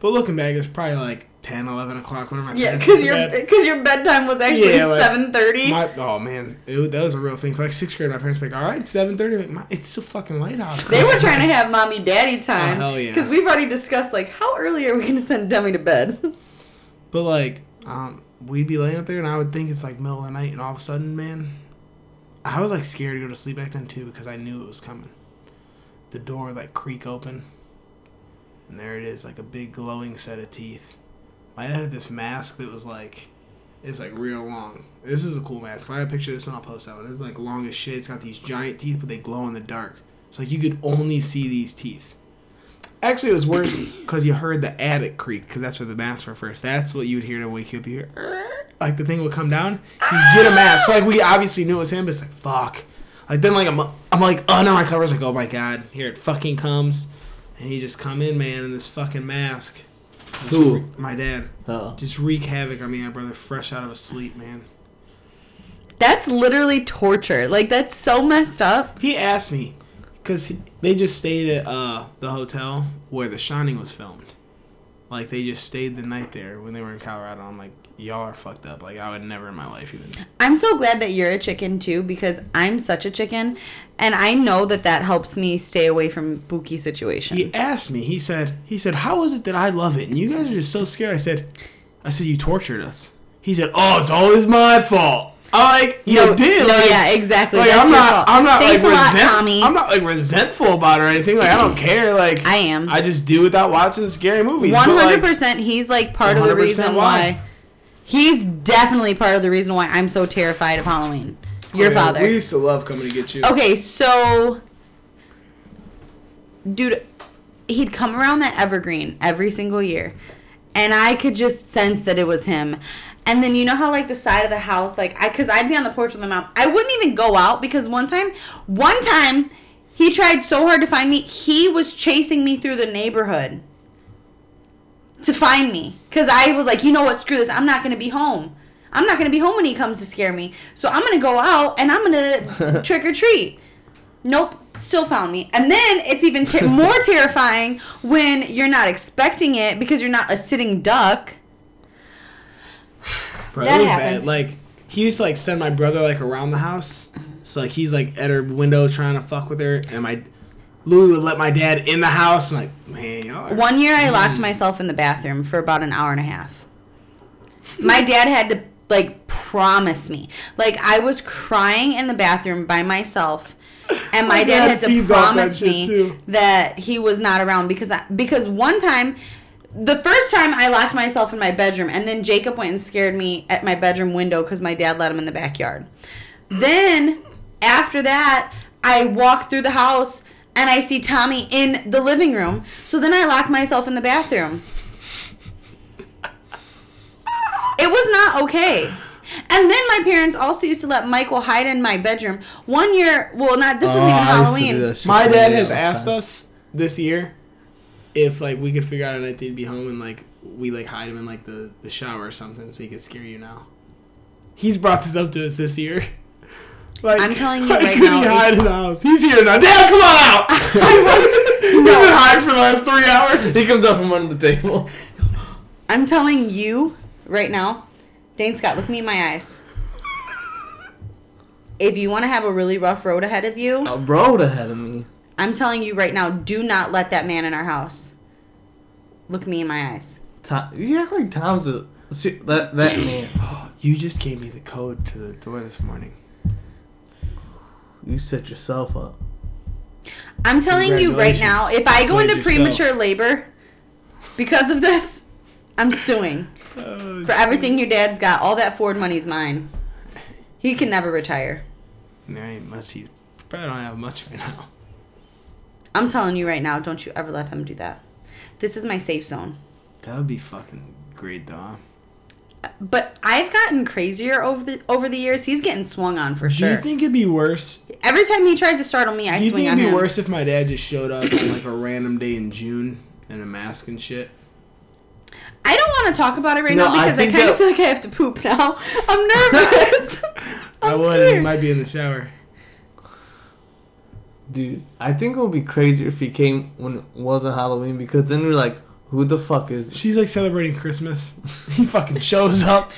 S3: but looking back it's probably like 10 11 o'clock whenever my
S5: Yeah,
S3: parents
S5: because
S3: went
S5: your
S3: to bed.
S5: because your bedtime was actually
S3: Yeah, like,
S5: seven thirty.
S3: my, oh man it, was- that was a real thing It's like sixth grade my parents were like all right 7.30 like, "Ma, it's so fucking light out
S5: They were trying to have mommy daddy time.
S3: Oh, hell yeah.
S5: Because we've already discussed like how early are we gonna send dummy to bed?
S3: but like um we'd be laying up there and i would think it's like middle of the night and all of a sudden man i was like scared to go to sleep back then too because i knew it was coming the door would, like creak open and there it is like a big glowing set of teeth i had this mask that was like it's like real long this is a cool mask if i had a picture of this one i'll post that one it's like long as shit it's got these giant teeth but they glow in the dark so like you could only see these teeth Actually, it was worse because you heard the attic creak because that's where the masks were first. That's what you'd hear to wake you up. You hear, like the thing would come down. You get a mask. So like we obviously knew it was him, but it's like fuck. Like then like I'm I'm like under my covers like oh my god here it fucking comes, and he just come in man in this fucking mask. Just
S4: Who?
S3: wre- my dad
S4: Oh.
S3: just wreak havoc on me and my brother fresh out of his sleep man.
S5: That's literally torture. Like that's so messed up.
S3: He asked me because they just stayed at uh, the hotel where The Shining was filmed. Like they just stayed the night there when they were in Colorado. I'm like, y'all are fucked up. Like I would never in my life even.
S5: I'm so glad that you're a chicken too because I'm such a chicken, and I know that that helps me stay away from spooky situations.
S3: He asked me. He said, he said, how is it that I love it and you guys are just so scared? I said, I said you tortured us. He said, oh, it's always my fault. I'm like, you
S5: No,
S3: did.
S5: no,
S3: like,
S5: yeah, exactly.
S3: Like,
S5: That's
S3: I'm
S5: your
S3: not.
S5: fault.
S3: I'm not.
S5: Thanks
S3: like,
S5: a lot,
S3: resent-
S5: Tommy.
S3: I'm not like resentful about it or anything. Like I don't care. Like
S5: I am.
S3: I just do without watching scary movies.
S5: One
S3: but, like,
S5: hundred percent. He's like part of the
S3: 100%
S5: reason
S3: why.
S5: why. He's definitely part of the reason why I'm so terrified of Halloween. Your
S3: Okay,
S5: father.
S3: Oh, We used to love coming to get you.
S5: Okay, so dude, he'd come around that evergreen every single year. And I could just sense that it was him. And then you know how like the side of the house, like I cause I'd be on the porch with my mom. I wouldn't even go out because one time one time he tried so hard to find me, he was chasing me through the neighborhood to find me because I was like, you know what, screw this. I'm not gonna be home. I'm not gonna be home when he comes to scare me. So I'm gonna go out and I'm gonna trick or treat. Nope, still found me. And then it's even ter- more terrifying when you're not expecting it because you're not a sitting duck.
S3: Bro,
S5: That
S3: it was
S5: happened.
S3: bad. Like he used to like send my brother like around the house. So like he's like at her window trying to fuck with her, and my Louis would let my dad in the house. I'm like, man, y'all are-
S5: One year I locked myself in the bathroom for about an hour and a half. My dad had to like promise me. Like I was crying in the bathroom by myself. And my,
S3: My
S5: dad,
S3: dad
S5: had to
S3: feeds off that
S5: promise
S3: shit,
S5: me
S3: too.
S5: that he was not around because I, because one time the first time I locked myself in my bedroom and then Jacob went and scared me at my bedroom window cuz my dad let him in the backyard. Then after that, I walk through the house and I see Tommy in the living room. So then I lock myself in the bathroom. It was not okay. And then my parents also used to let Michael hide in my bedroom. One year, well, not this
S3: Oh,
S5: wasn't even Halloween.
S3: my dad has asked us this year if like we could figure out a night they'd be home and like we like hide him in like the the shower or something so he could scare you now. He's brought this up to us this year. Like,
S5: I'm telling you
S3: how
S5: right
S3: could
S5: now,
S3: He
S5: it-
S3: hide in the house. He's here now. Dad, come on out. He's been hiding for the last three hours.
S4: He comes up from under the table.
S5: I'm telling you right now, Dane Scott, look me in my eyes. If you want to have a really rough road ahead of you,
S4: A road ahead of me.
S5: I'm telling you right now, do not let that man in our house. Look me in my eyes.
S4: Tom, you act like Tom's a see, that that man.
S3: You just gave me the code to the door this morning.
S4: You set yourself up.
S5: I'm telling you right now, if I go into
S3: Congratulations. Played yourself.
S5: premature labor because of this, I'm suing
S3: Oh.
S5: for everything your dad's got. All that Ford money's mine. He can never retire.
S3: There ain't much. He probably don't have much right now.
S5: I'm telling you right now, don't you ever let him do that. This is my safe zone.
S3: That would be fucking great, though.
S5: But I've gotten crazier over the over the years. He's getting swung on for
S3: Do
S5: sure.
S3: you think it'd be worse?
S5: Every time he tries to startle me, I
S3: do you
S5: swing
S3: think
S5: on
S3: it'd be
S5: him.
S3: worse if my dad just showed up on like a random day in June in a mask and shit?
S5: I don't want to talk about it right
S4: No,
S5: now
S4: I
S5: because I,
S4: think
S5: kind of
S4: that-
S5: feel like I have to poop now. I'm nervous. I'm
S3: I would. He
S5: scared.
S3: might be in the shower.
S4: Dude, I think it would be crazier if he came when it wasn't Halloween because then we're like, who the fuck is this?
S3: She's like celebrating Christmas. He fucking shows up.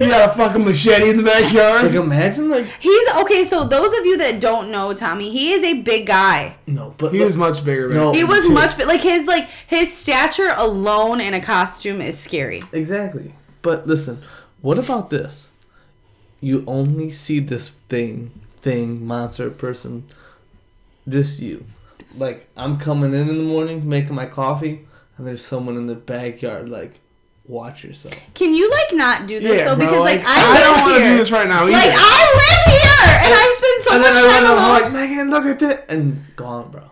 S3: You got a fucking machete in the backyard.
S4: Like, imagine, like,
S5: He's okay. So those of you that don't know Tommy, he is a big guy.
S4: no, but
S3: He
S4: look-
S3: was much bigger.
S4: No.
S5: He
S4: Oh,
S5: was
S4: shit.
S5: much, but like his like his stature alone in a costume is scary.
S4: exactly. But listen, what about this? You only see this thing, thing, monster, person, this you. Like, I'm coming in in the morning, making my coffee, and there's someone in the backyard, like, watch yourself.
S5: Can you like not do this
S4: Yeah,
S5: though?
S4: bro,
S5: Because like,
S4: like,
S5: I,
S3: I don't
S5: live
S3: want to
S5: here.
S3: do this right now. Either.
S5: like I live here, and I spend so
S4: and
S5: much
S4: then I
S5: time
S4: run
S5: alone.
S4: over, like, Megan, look at this. And gone, bro.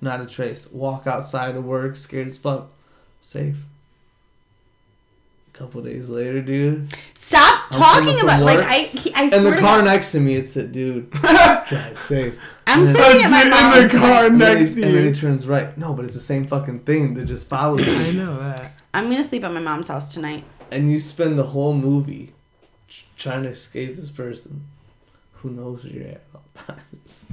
S4: Not a trace. Walk outside of work, scared as fuck. Safe. couple days later, dude.
S5: Stop
S4: I'm coming
S5: talking
S4: from
S5: about like
S4: work,
S5: I. He, I
S4: And
S5: swear
S4: the
S5: to
S4: car
S5: God,
S4: next to me, it said, dude, drive safe.
S5: I'm
S4: and then-
S5: sitting at
S3: Dude,
S5: my
S3: in
S5: mom's.
S3: the car
S4: And then
S3: next
S4: it-
S3: to
S4: And then
S3: you.
S4: it turns right. No, but it's the same fucking thing that just follows
S3: I
S4: you.
S3: know that.
S5: I'm gonna sleep at my mom's house tonight.
S4: And you spend the whole movie tr- trying to escape this person who knows where you're at at all times.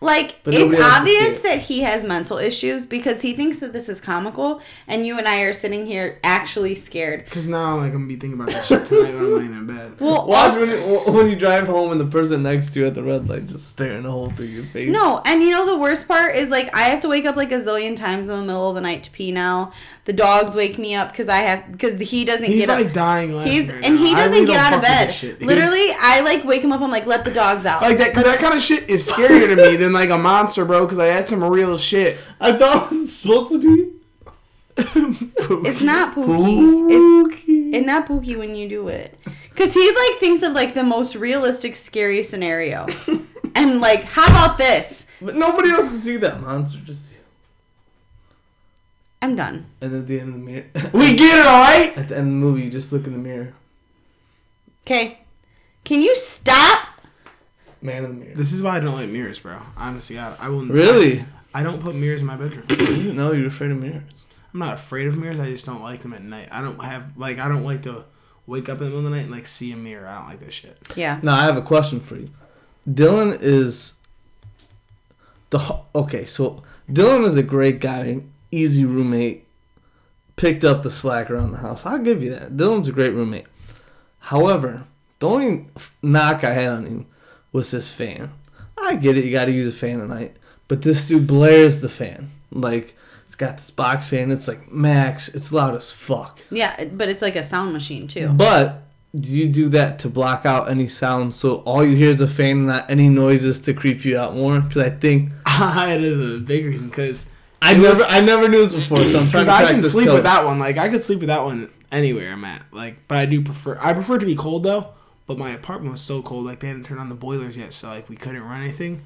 S5: Like
S4: But
S5: it's
S4: nobody else can see
S5: obvious
S4: it.
S5: that he has mental issues because he thinks that this is comical, and you and I are sitting here actually scared.
S3: Cause now like I'm gonna be thinking about this shit tonight when I'm laying in bed.
S5: Well,
S4: Watch
S5: also-
S4: when you, when you drive home and the person next to you at the red light just staring a hole through your face.
S5: No, and you know the worst part is like I have to wake up like a zillion times in the middle of the night to pee now. The dogs wake me up because I have because he doesn't
S3: He's
S5: get
S3: like
S5: up.
S3: dying. laughing
S5: He's
S3: right
S5: and he
S3: now. I
S5: doesn't
S3: really
S5: get
S3: don't
S5: out of
S3: fuck with
S5: bed.
S3: this shit, dude.
S5: Literally, I like wake him up. I'm like, let the dogs out.
S3: Like that, cause that kind of shit is scarier to me than like a monster, bro. Cause I had some real shit.
S4: I thought it was supposed to be
S5: it's not pooky.
S4: spooky.
S5: It's not pooky when you do it, because he like thinks of like the most realistic scary scenario, and like how about this?
S4: but nobody else can see that monster, just you.
S5: I'm done.
S4: And at the end of the mirror,
S3: We get it, all right.
S4: at the end of the movie, you just look in the mirror.
S5: Okay, can you stop?
S4: Man in the mirror.
S3: This is why I don't like mirrors, bro. Honestly, God, I will.
S4: Really?
S3: I don't put mirrors in my bedroom.
S4: no, you're afraid of mirrors.
S3: I'm not afraid of mirrors. I just don't like them at night. I don't have like I don't like to wake up in the middle of the night and like see a mirror. I don't like that shit.
S5: Yeah.
S4: Now I have a question for you. Dylan is the ho- okay. So Dylan is a great guy, easy roommate, picked up the slack around the house. I'll give you that. Dylan's a great roommate. However, the only f- knock I had on him was this fan. I get it. You got to use a fan tonight, but this dude blares the fan. Like it's got this box fan. It's like max. It's loud as fuck.
S5: Yeah, but it's like a sound machine too.
S4: But do you do that to block out any sound so all you hear is a fan and not any noises to creep you out more? Because I think
S3: it is a big reason because
S4: I
S3: It
S4: never
S3: was-
S4: I never knew this before, so I'm trying to
S3: I
S4: crack
S3: can
S4: this
S3: sleep
S4: code.
S3: with that one. Like I could sleep with that one anywhere I'm at. Like, but I do prefer I prefer to be cold though. But my apartment was so cold. Like they hadn't turned on the boilers yet, so like we couldn't run anything.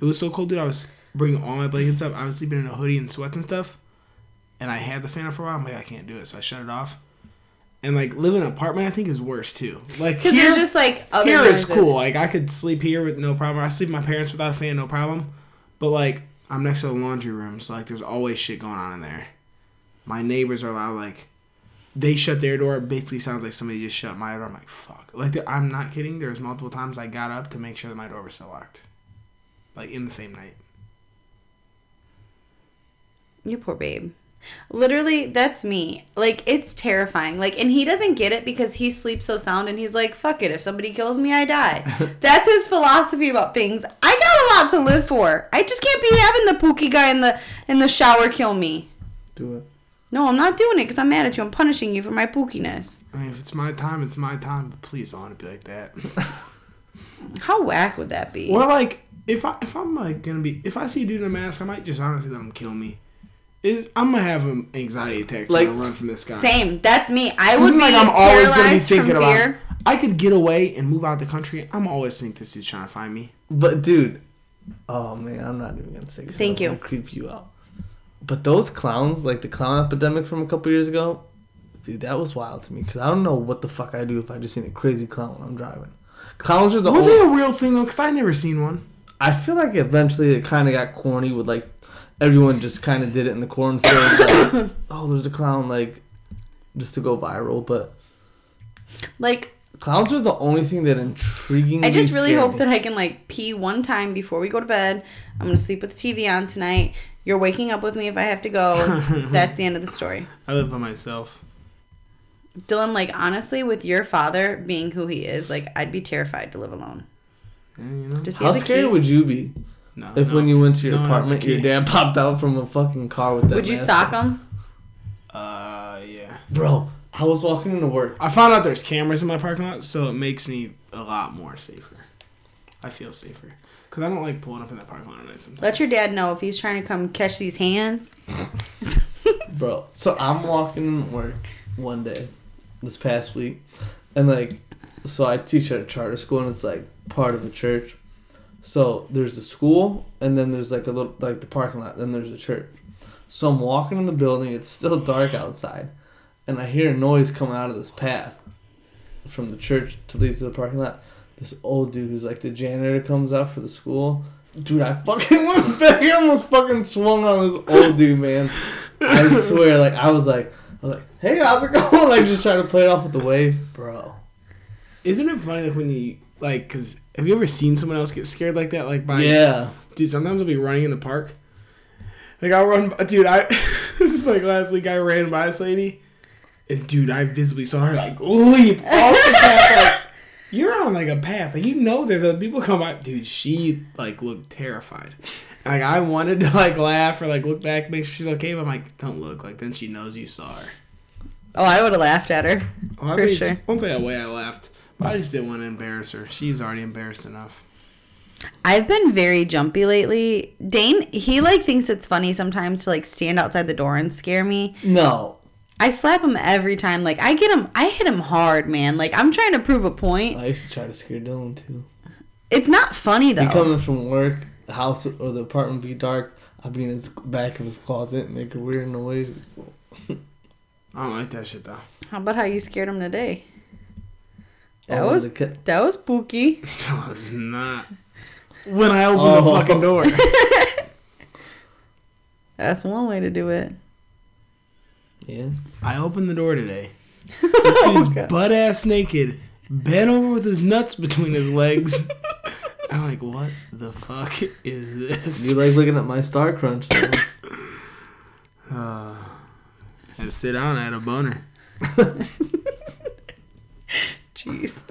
S3: It was so cold, dude. I was bringing all my blankets up. I was sleeping in a hoodie and sweats and stuff. And I had the fan up for a while. I'm like, I can't do it, so I shut it off. And like living in an apartment, I think is worse too. Like
S5: Because
S3: here,
S5: there's just like other
S3: here is
S5: noises.
S3: cool. Like I could sleep here with no problem. I sleep with my parents without a fan, no problem. But like I'm next to the laundry room, so like there's always shit going on in there. My neighbors are loud. Like they shut their door. It basically sounds like somebody just shut my door. I'm like, fuck. Like, th- I'm not kidding. There was multiple times I got up to make sure that my door was still locked. Like, in the same night.
S5: You poor babe. Literally, that's me. Like, it's terrifying. Like, and he doesn't get it because he sleeps so sound and he's like, fuck it. If somebody kills me, I die. that's his philosophy about things. I got a lot to live for. I just can't be having the pookie guy in the in the shower kill me.
S4: Do it.
S5: No, I'm not doing it because I'm mad at you. I'm punishing you for my pookiness.
S3: I mean, if it's my time, it's my time. But please don't want to be like that.
S5: How whack would that be?
S3: or, like, if, I, if I'm, like, gonna be. If I see a dude in a mask, I might just honestly let him kill me. Is I'm gonna have an anxiety attack trying
S4: Like-
S3: to run from this guy.
S5: Same. That's me. I
S3: Cause
S5: would be
S3: like I'm always gonna be
S5: paralyzed
S3: thinking
S5: from
S3: about.
S5: fear.
S3: I could get away and move out the country. I'm always think this dude's trying to find me.
S4: But dude, oh man, I'm not even gonna say. 'cause
S5: Thank
S4: I'm
S5: you.
S4: gonna Creep you out. But those clowns, like the clown epidemic from a couple years ago, dude, that was wild to me because I don't know what the fuck I do if I just seen a crazy clown when I'm driving. Clowns are the
S3: Were
S4: only.
S3: they a real thing though? Cause I never seen one.
S4: I feel like eventually it kind of got corny with like everyone just kind of did it in the cornfield. like, oh, there's a clown like just to go viral, but
S5: Like,
S4: clowns are the only thing that intriguing.
S5: I just really hope that I can like pee one time before we go to bed. I'm gonna sleep with the TV on tonight. You're waking up with me if I have to go. That's the end of the story.
S3: I live by myself.
S5: Dylan, like honestly, with your father being who he is, like I'd be terrified to live alone.
S3: And, you know,
S5: Does he
S4: How
S5: have a
S4: scared
S5: key?
S4: would you be
S3: no,
S4: if
S3: no.
S4: when you went to your
S3: No, I was
S4: apartment,
S3: okay.
S4: your dad popped out from a fucking car with that?
S5: Would you
S4: mask
S5: sock
S4: on?
S5: him?
S3: Uh, yeah.
S4: bro? I was walking into work.
S3: I found out there's cameras in my parking lot, so it makes me a lot more safer. I feel safer because I don't like pulling up in that parking lot at night sometimes.
S5: Let your dad know if he's trying to come catch these hands.
S4: Bro, so I'm walking to work one day this past week, and like, so I teach at a charter school, and it's like part of a church. So there's the school, and then there's like a little, like the parking lot, then there's the church. So I'm walking in the building, it's still dark outside, and I hear a noise coming out of this path from the church to lead to the parking lot. This old dude who's like the janitor comes out for the school. Dude, I fucking went back. I almost fucking swung on this old dude, man. I swear, like I was like, I was like, hey, how's it going? Like just trying to play it off with the wave, bro.
S3: Isn't it funny like when you like? Cause have you ever seen someone else get scared like that? Like by
S4: Yeah,
S3: dude sometimes i'll be running in the park like i'll run dude i this is like last week i ran by this lady and dude i visibly saw her like leap
S4: Oh,
S3: off the path like, you're on like a path like you know there's other people come by dude she like looked terrified And, like i wanted to like laugh or like look back make sure she's okay but i'm like don't look like then she knows you saw her
S5: Oh, I would have laughed at her.
S3: oh, I
S5: For
S3: mean,
S5: sure.
S3: once i got away i laughed but i just didn't want to embarrass her she's already embarrassed enough
S5: I've been very jumpy lately. Dane, he like thinks it's funny sometimes to like stand outside the door and scare me.
S4: no,
S5: I slap him every time. Like I get him, I hit him hard, man. Like I'm trying to prove a point.
S4: I used to try to scare Dylan too.
S5: It's not funny though.
S4: He coming from work, the house or the apartment be dark. I'd be in his back of his closet, make a weird noise.
S3: i don't like that shit though
S5: how about how you scared him today? That
S4: Oh,
S5: was
S4: the ca-
S5: that was spooky.
S3: No, it's not. When I open
S4: Oh.
S3: the fucking door.
S5: That's one way to do it.
S4: yeah.
S3: I opened the door today. This dude's butt ass naked, bent over with his nuts between his legs. I'm like, what the fuck is
S4: You
S3: this?
S4: like looking at my star crunch? Though.
S3: Uh, had to sit down. I had a boner.
S5: Jeez.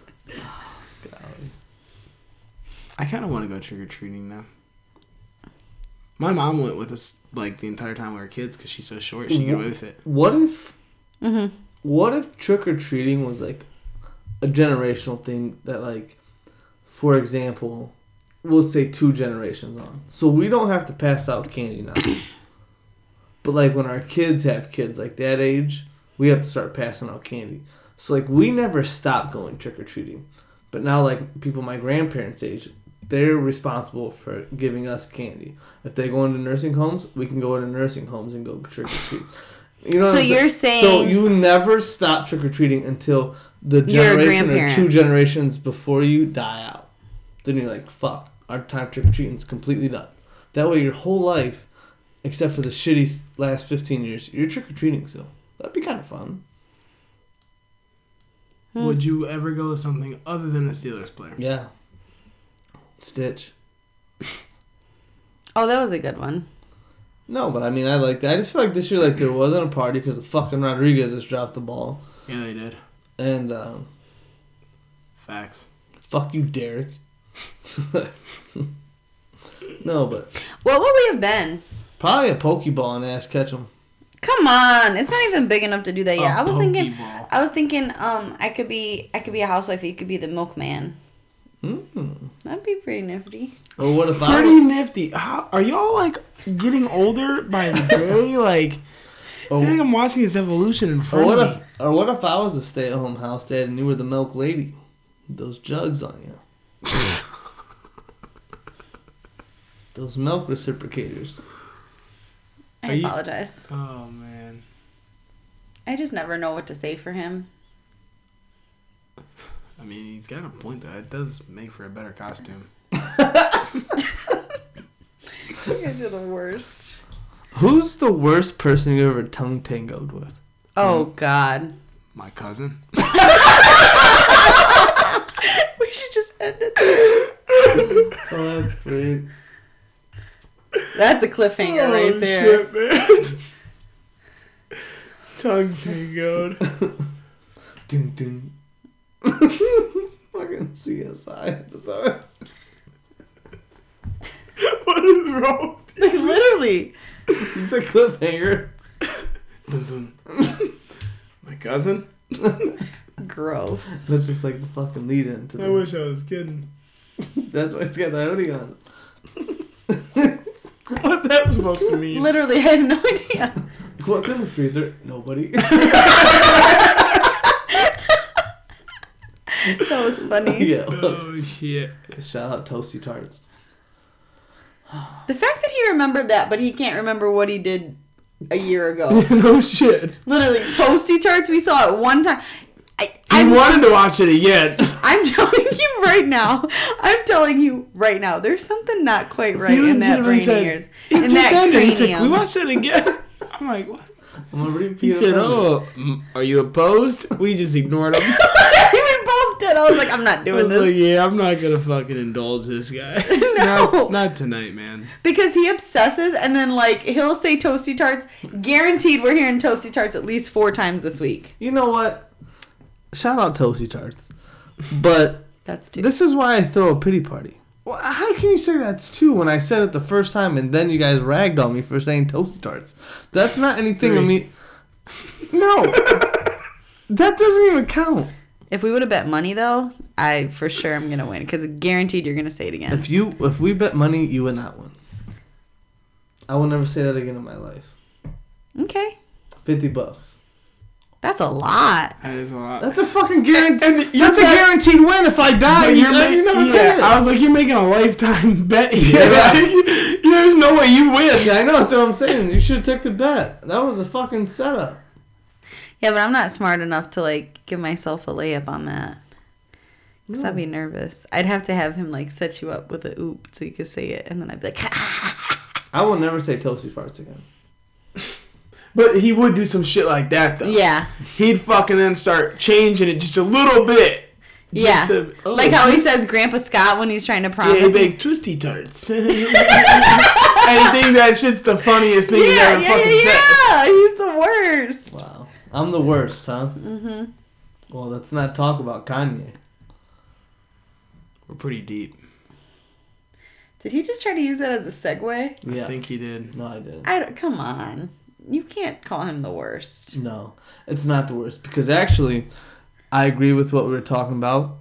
S3: I kind of want to go trick or treating now. My mom went with us like the entire time we were kids because she's so short. She can
S4: Mm-hmm.
S3: get away with it.
S4: What if? What if trick or treating was like a generational thing that, like, for example, we'll say two generations on, so we don't have to pass out candy now. but like when our kids have kids like that age, we have to start passing out candy. So like we never stop going trick or treating, but now like people my grandparents' age. They're responsible for giving us candy. If they go into nursing homes, we can go into nursing homes and go trick or treat. You know. what
S5: So
S4: I'm
S5: you're
S4: so
S5: saying-
S4: you never stop trick or treating until the
S5: You're a
S4: generation or
S5: grandparent.
S4: two generations before you die out. Then you're like, fuck, our time trick or treating's completely done. That way, your whole life, except for the shitty s- last 15 years, you're trick or treating still. That'd be kind of fun.
S3: Would you ever go to something other than a Steelers player?
S4: Mm-hmm. Yeah. Stitch.
S5: Oh, that was a good one.
S4: No, but I mean, I like that. I just feel like this year, like there wasn't a party because fucking Rodriguez just dropped the ball,
S3: Yeah, they did.
S4: and um,
S3: Facts.
S4: fuck you, Derek. no, but
S5: What would we have been?
S4: probably a pokeball and ass catch him.
S5: Come on, it's not even big enough to do that yet.
S3: A
S5: I was thinking,
S3: Pokeball.
S5: I was thinking, um, I could be, I could be a housewife. You could be the milkman.
S3: Hmm.
S4: Mm.
S5: That'd be pretty nifty.
S4: Or what if I?
S3: Pretty nifty. How, are y'all like getting older by the day? like, I feel like I'm watching this evolution in
S4: Or
S3: front
S4: what
S3: of me.
S4: if? Or what if I was a stay-at-home house dad and you were the milk lady? Those jugs on you. Those milk reciprocators.
S5: I
S3: Are you-
S5: apologize.
S3: Oh man.
S5: I just never know what to say for him.
S3: I mean, he's got a point though. It does make for a better costume.
S5: You guys are the worst.
S4: Who's the worst person you ever tongue tangoed with?
S5: Oh God.
S3: My cousin.
S5: We should just end it. There.
S4: Oh, that's great.
S5: That's a
S3: Oh,
S5: cliffhanger right there.
S3: Tongue tangoed.
S4: Dun, dun. Fucking CSI episode.
S3: what is wrong?
S5: Like literally.
S4: You said cliffhanger.
S3: My cousin.
S5: Gross.
S4: That's just like the fucking lead in to
S3: I
S4: the,
S3: wish I was kidding.
S4: That's why it's got the hoodie on.
S3: What's that supposed to mean?
S5: Literally, I have no idea.
S4: What's in the freezer? Nobody.
S5: That was funny.
S4: yeah. well,
S3: oh shit.
S4: Shout out Toasty Tarts.
S5: The fact that he remembered that, but he can't remember what he did a year ago.
S3: no shit.
S5: literally, toasty tarts. We saw it one time. I,
S3: I
S5: I'm,
S3: wanted to watch it again.
S5: I'm telling you right now. I'm telling you right now. There's something not quite right
S3: He
S5: in that
S3: legitimately
S5: brain
S3: said,
S5: of yours.
S3: It
S5: In that
S3: ended. He
S5: cranium.
S3: said, "Can we watch that again?" I'm like, what?
S4: I'm gonna repeat
S3: He
S4: it
S3: said,
S4: from it.
S3: "Oh, mm, are you opposed?" We just ignored him.
S5: we both did. I was like, I'm not
S3: I
S5: doing
S3: was
S5: this.
S3: like, "Yeah, I'm not gonna fucking indulge this guy.
S5: No.
S3: not, not tonight, man.
S5: Because he obsesses and then like he'll say toasty tarts. Guaranteed we're hearing toasty tarts at least four times this week.
S4: You know what? Shout out Toasty Tarts. But
S5: That's two.
S4: this is why I throw a pity party. Well, how can you say that's two when I said it the first time and then you guys ragged on me for saying Toasty Tarts? That's not anything I
S3: Three.
S4: mean. No! that doesn't even count.
S5: if we would have bet money though, I for sure am gonna win. Because guaranteed you're gonna say it again.
S4: If you if we bet money, you would not win. I will never say that again in my life.
S5: Okay.
S4: 50 bucks.
S5: That's a lot.
S3: That is a lot."
S4: That's a fucking guarantee.
S3: and you're
S4: That's a
S3: bet-
S4: guaranteed win if I die.
S3: But
S4: You,
S3: you're
S4: you
S3: ma-
S4: never
S3: yeah,
S4: bet.
S3: I was like, "You're making a lifetime bet here.
S4: Yeah.
S3: Like, there's no way you win."
S4: Yeah, I know. That's what I'm saying. You should have took the bet. That was a fucking setup.
S5: Yeah, but I'm not smart enough to like give myself a layup on that. Because I'd be nervous. I'd have to have him like set you up with a oop so you could say it and then I'd be like "Ah."
S4: I will never say toasty farts again.
S3: But he would do some shit like that though.
S5: Yeah.
S3: he'd fucking then start changing it just a little bit. Just
S5: Yeah.
S3: to- oh,
S5: like how he says Grandpa Scott when he's trying to
S3: Yeah,
S5: promise.
S3: he's
S5: me-
S3: like twisty tarts. and he thinks that shit's the funniest thing he's
S5: yeah,
S3: ever
S5: yeah,
S3: fucking
S5: yeah,
S3: said.
S5: yeah. He's the worst.
S4: Wow. I'm the worst, huh? Mm-hmm. Well, let's not talk about Kanye.
S3: We're pretty deep.
S5: Did he just try to use that as a segue?
S4: Yeah.
S3: I think he did.
S4: no, I did.
S5: I don't, come on. You can't call him the worst.
S4: No, it's not the worst because actually, I agree with what we were talking about.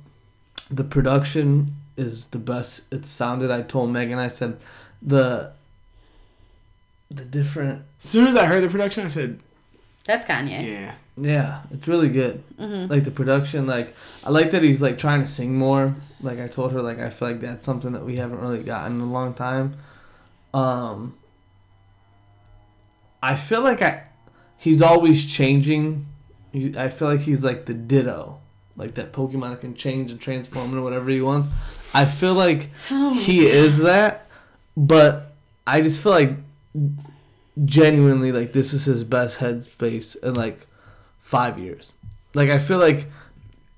S4: The production is the best. It sounded. I told Megan. I said, the. The different.
S3: As soon as I heard the production, I said,
S5: That's Kanye.
S3: "Yeah,
S4: Yeah, it's really good. Like the production, like I like that he's like trying to sing more. Like I told her, like I feel like that's something that we haven't really gotten in a long time. Um, I feel like I, he's always changing. He, I feel like he's like the Ditto, like that Pokemon that can change and transform into whatever he wants. I feel like he is that, but I just feel like genuinely like this is his best headspace in like five years. Like I feel like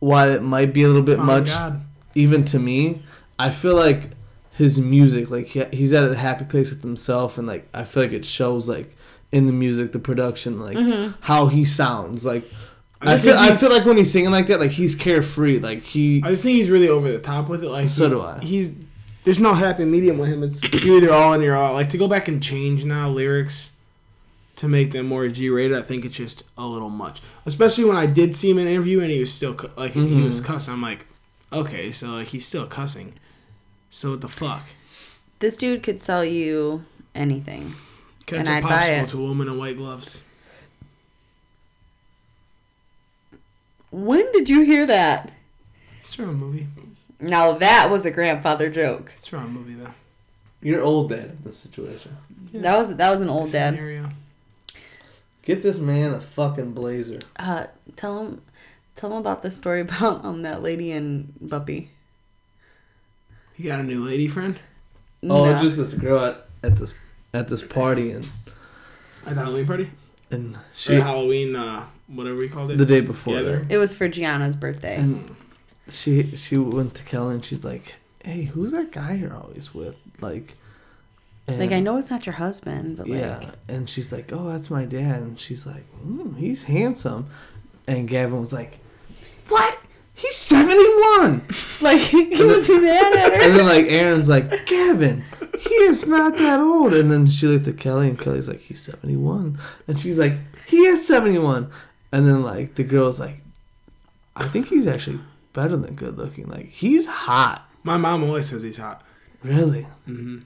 S4: while it might be a little bit
S3: Found
S4: much,
S3: God.
S4: even to me, I feel like his music, like he, he's at a happy place with himself, and like I feel like it shows, like in the music, the production, like how he sounds, like. I,
S3: just
S4: feel,
S3: think
S4: I
S3: he's-
S4: feel like when he's singing like that, like he's carefree, like he
S3: I just think he's really over the top with it. Like
S4: So
S3: he-
S4: do I.
S3: He's there's no happy medium with him. It's you're either all in or you're all. Like to go back and change now lyrics to make them more G-rated, I think it's just a little much. Especially when I did see him in an interview and he was still cu- like he was
S4: Mm-hmm.
S3: cussing. I'm like, okay, so like he's still cussing. So what the fuck?
S5: This dude could sell you anything.
S3: Catch
S5: And
S3: a
S5: I'd buy
S3: popsicle
S5: it.
S3: to a woman in white gloves.
S5: When did you hear that?
S3: It's from a movie.
S5: Now that was a grandfather joke.
S3: It's from a movie though.
S4: You're old dad in this situation.
S5: That was that was an old dad.
S3: Scenario.
S4: Get this man a fucking blazer.
S5: Uh, tell him, tell him about the story about um that lady and Buppy.
S3: He got a new lady friend.
S5: No.
S4: Oh, it's just this girl at, at this at this party and
S3: At the Halloween party.
S4: and
S3: Or
S4: she
S3: Halloween, uh, whatever you called it.
S4: the day before
S3: Yeah,
S4: that.
S5: It was for Gianna's birthday.
S4: And she she went to Kelly and she's like, "Hey, who's that guy you're always with?" Like, and,
S5: like I know it's not your husband, but like
S4: Yeah, and she's like, "Oh, that's my dad," and she's like, mm, "He's handsome," and Gavin was like, "What? He's seventy one."
S5: like he was mad at her.
S4: and then like Aaron's like, Gavin, he is not that old. And then she looked at Kelly and Kelly's like, he's 71. And she's like, he is 71. And then like the girl's like, I think he's actually better than good looking. Like he's hot,
S3: My mom always says he's hot.
S4: really.
S3: hmm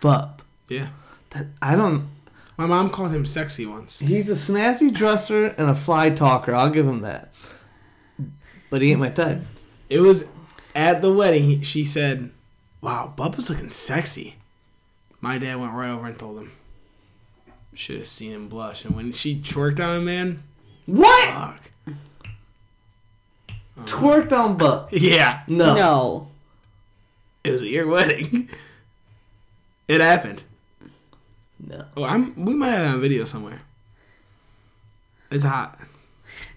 S4: But
S3: Yeah.
S4: that I don't.
S3: My mom called him sexy once.
S4: He's a snazzy dresser and a fly talker. I'll give him that. But he ain't my type.
S3: It was at the wedding. he- She said, "Wow, Bubba's looking sexy." My dad went right over and told him. Should have seen him blush. And when she twerked on him, man,
S4: What?
S3: fuck.
S4: Twerked on butt.
S3: Yeah,
S4: No.
S5: No,
S3: it was at your wedding. It happened.
S4: No.
S3: Oh, I'm. We might have it on video somewhere. It's hot.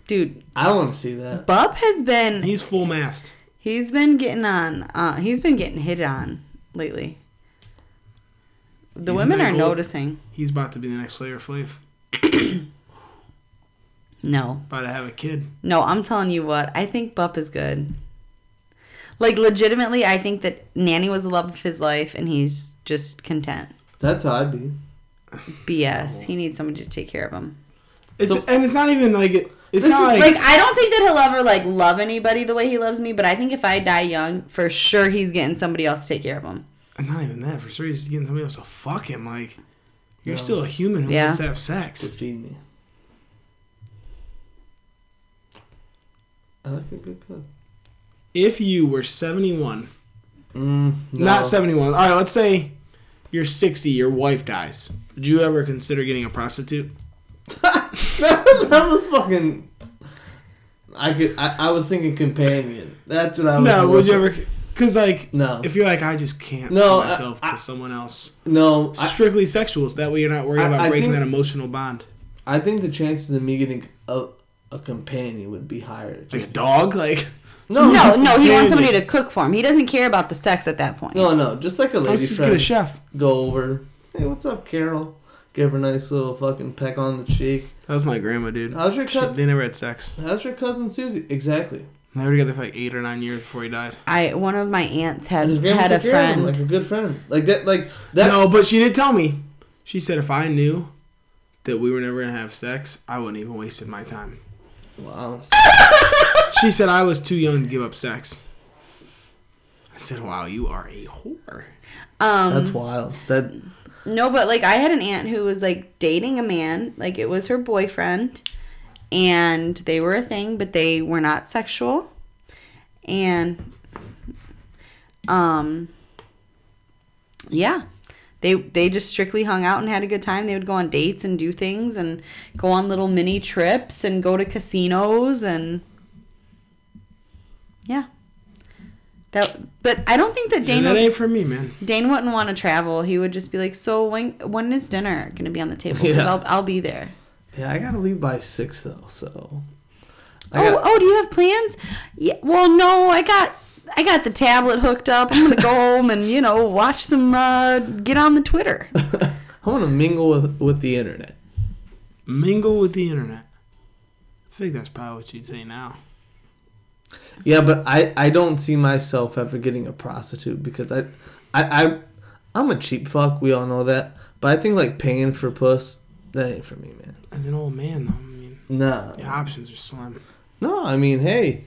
S5: dude,
S4: I want to see that.
S5: Bub has been
S3: He's full mast.
S5: he's been getting on. Uh, he's been getting hit on lately. The
S3: He's
S5: women
S3: been
S5: are
S3: gold-
S5: noticing.
S3: He's about to be the next Flavor Flav.
S5: No,
S3: About to have a kid.
S5: No, I'm telling you what, I think Bup is good. Like legitimately, I think that Nanny was the love of his life and he's just content.
S4: That's how I'd be.
S5: BS. He needs somebody to take care of him.
S3: It's
S4: So-
S3: and it's not even like it. It's
S4: This
S3: not
S4: is
S3: like,
S5: Like I don't think that he'll ever like love anybody the way he loves me, but I think if I die young, for sure he's getting somebody else to take care of him.
S3: And not even that. For sure, he's getting somebody else to fuck him. Like, you're still a human who
S5: Yeah.
S3: wants to have
S4: to
S3: sex.
S4: feed me. I like a good cook.
S3: If you were 71,
S4: Mm,
S3: not 71. All right, let's say you're 60. Your wife dies. Would you ever consider getting a prostitute?
S4: that, that was fucking. I could. I, I was thinking companion. That's what I was.
S3: No.
S4: more
S3: Would you
S4: so-
S3: ever? Because like,
S4: No.
S3: if you're like, I just can't
S4: No,
S3: see myself
S4: I- I-
S3: to someone else.
S4: No. I,
S3: Strictly sexual. So that way, you're not worried
S4: I-
S3: about
S4: I
S3: breaking
S4: think-
S3: that emotional bond.
S4: I think the chances of me getting a, a companion would be higher.
S3: Like a
S4: Just,
S3: dog. Like,
S4: no,
S5: No, no, he wants
S3: Nanny.
S5: somebody to cook for him. He doesn't care about the sex at that point.
S4: no, no. Just like a
S3: let's
S4: lady
S3: just get a
S4: friend.
S3: chef.
S4: Go over. Hey, what's up, Carol? Give her a nice little fucking peck on the cheek.
S3: That was my grandma, dude.
S4: How's your
S3: She-
S4: cousin?
S3: they never had sex.
S4: How's your cousin Susie? Exactly.
S3: They were together for like eight or nine years before he died.
S5: I one of my aunts had
S4: And his grandma
S5: had a
S4: took care of him,
S5: friend.
S4: like a good friend, like that, like that.
S3: no, but she did tell me. She said if I knew that we were never gonna have sex, I wouldn't even wasted my time.
S4: Wow.
S3: She said I was too young to give up sex. I said, "Wow, you are a whore."
S5: um
S4: That's wild. That
S5: No, but like I had an aunt who was like dating a man, like it was her boyfriend, and they were a thing, but they were not sexual. And um yeah. They they just strictly hung out and had a good time. They would go on dates and do things and go on little mini trips and go to casinos and yeah. That but I don't think that
S3: Yeah,
S5: Dana
S3: that ain't for me, man.
S5: Dane wouldn't want to travel. He would just be like, "So when when is dinner gonna be on the table? Because
S4: Yeah.
S5: I'll I'll be there."
S4: yeah, I gotta leave by six though, so I
S5: oh,
S4: got-
S5: oh, do you have plans? Yeah, well, no, I got I got the tablet hooked up. I'm gonna go home and you know watch some uh, get on the Twitter. Oh.
S4: I want to mingle with, with the internet.
S3: Mingle with the internet. I think that's probably what you'd say now.
S4: Yeah, but I, I don't see myself ever getting a prostitute because I, I, I, I'm a cheap fuck. We all know that. But I think like paying for puss, that ain't for me, man.
S3: As an old man, though, I mean,
S4: Nah.
S3: the options are slim.
S4: No, I mean, hey,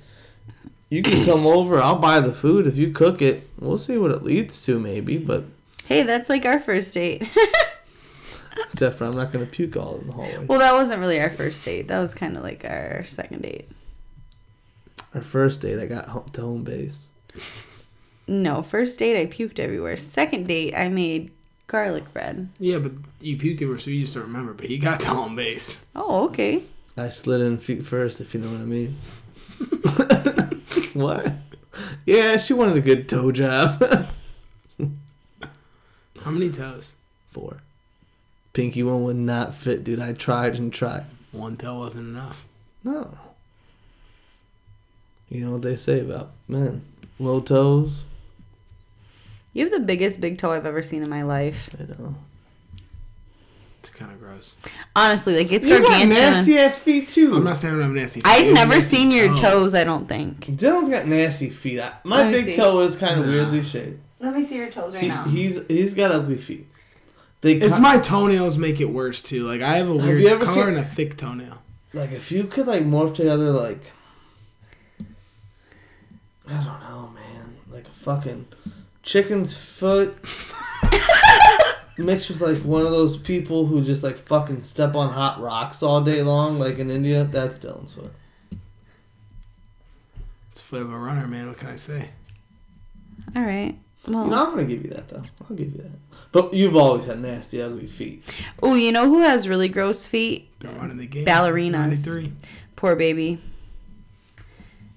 S4: you can come over. I'll buy the food if you cook it. We'll see what it leads to, maybe. But
S5: hey, that's like our first date.
S4: except for I'm not gonna puke all in the hallway.
S5: well, that wasn't really our first date. That was kind of like our second date.
S4: Our first date, I got home to home base.
S5: No, first date I puked everywhere. Second date I made garlic bread.
S3: Yeah, but you puked over, so you just don't remember. But he got the home base.
S5: Oh, okay.
S4: I slid in feet first, if you know what I mean. what? Yeah, she wanted a good toe job.
S3: How many toes?
S4: Four. Pinky one would not fit, dude. I tried and tried.
S3: One toe wasn't enough.
S4: No. You know what they say about men? Low toes.
S5: You have the biggest big toe I've ever seen in my life.
S4: I know.
S3: It's kind of gross.
S5: Honestly, like it's
S4: You got
S5: gargantuan.
S4: nasty ass feet too.
S3: I'm not saying I'm nasty.
S5: I've
S3: toes.
S5: never
S3: Nasty
S5: seen your
S3: toes.
S5: toes. I don't think.
S4: Dylan's got nasty feet. I-
S5: Let
S4: My
S5: me
S4: big
S5: see.
S4: toe is kind of
S3: Nah.
S4: weirdly shaped.
S5: Let me see your toes right
S4: He,
S5: now.
S4: he's he's got ugly feet. They
S3: It's
S4: cut-
S3: my toenails make it worse too. Like I have a weird
S4: you ever
S3: color
S4: seen-
S3: and a thick toenail.
S4: like if you could like morph together like I don't know, man, like a fucking chicken's foot mixed with like one of those people who just like fucking step on hot rocks all day long, like in India. That's Dylan's foot.
S3: It's foot of a runner, man. What can I say?
S5: All right. Well,
S4: You know, I'm gonna give you that though. I'll give you that. But you've always had nasty, ugly feet.
S5: oh, you know who has really gross feet?
S3: Been running the game.
S5: Ballerinas.
S3: 93.
S5: Poor baby.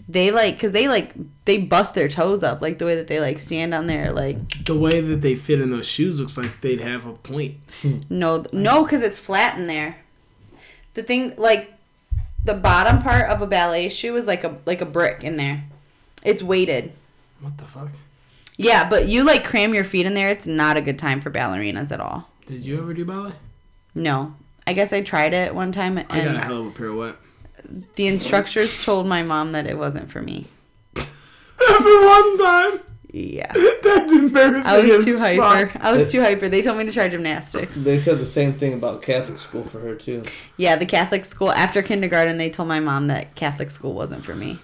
S5: They like, cause they like, they bust their toes up, like the way that they like stand on their like.
S3: The way that they fit in those shoes looks like they'd have a point.
S5: No, no, cause it's flat in there. The thing, like, the bottom part of a ballet shoe is like a like a brick in there. It's weighted.
S3: What the fuck?
S5: Yeah, but you like cram your feet in there. It's not a good time for ballerinas at all.
S3: Did you ever do ballet?
S5: No, I guess I tried it one time and.
S3: I got a hell of a pirouette.
S5: The instructors told my mom that it wasn't for me.
S3: Every one time.
S5: Yeah.
S3: That's embarrassing.
S5: I was too
S3: as
S5: hyper.
S3: fuck.
S5: I was too hyper. They told me to try gymnastics.
S4: They said the same thing about Catholic school for her too.
S5: Yeah, the Catholic school after kindergarten they told my mom that Catholic school wasn't for me.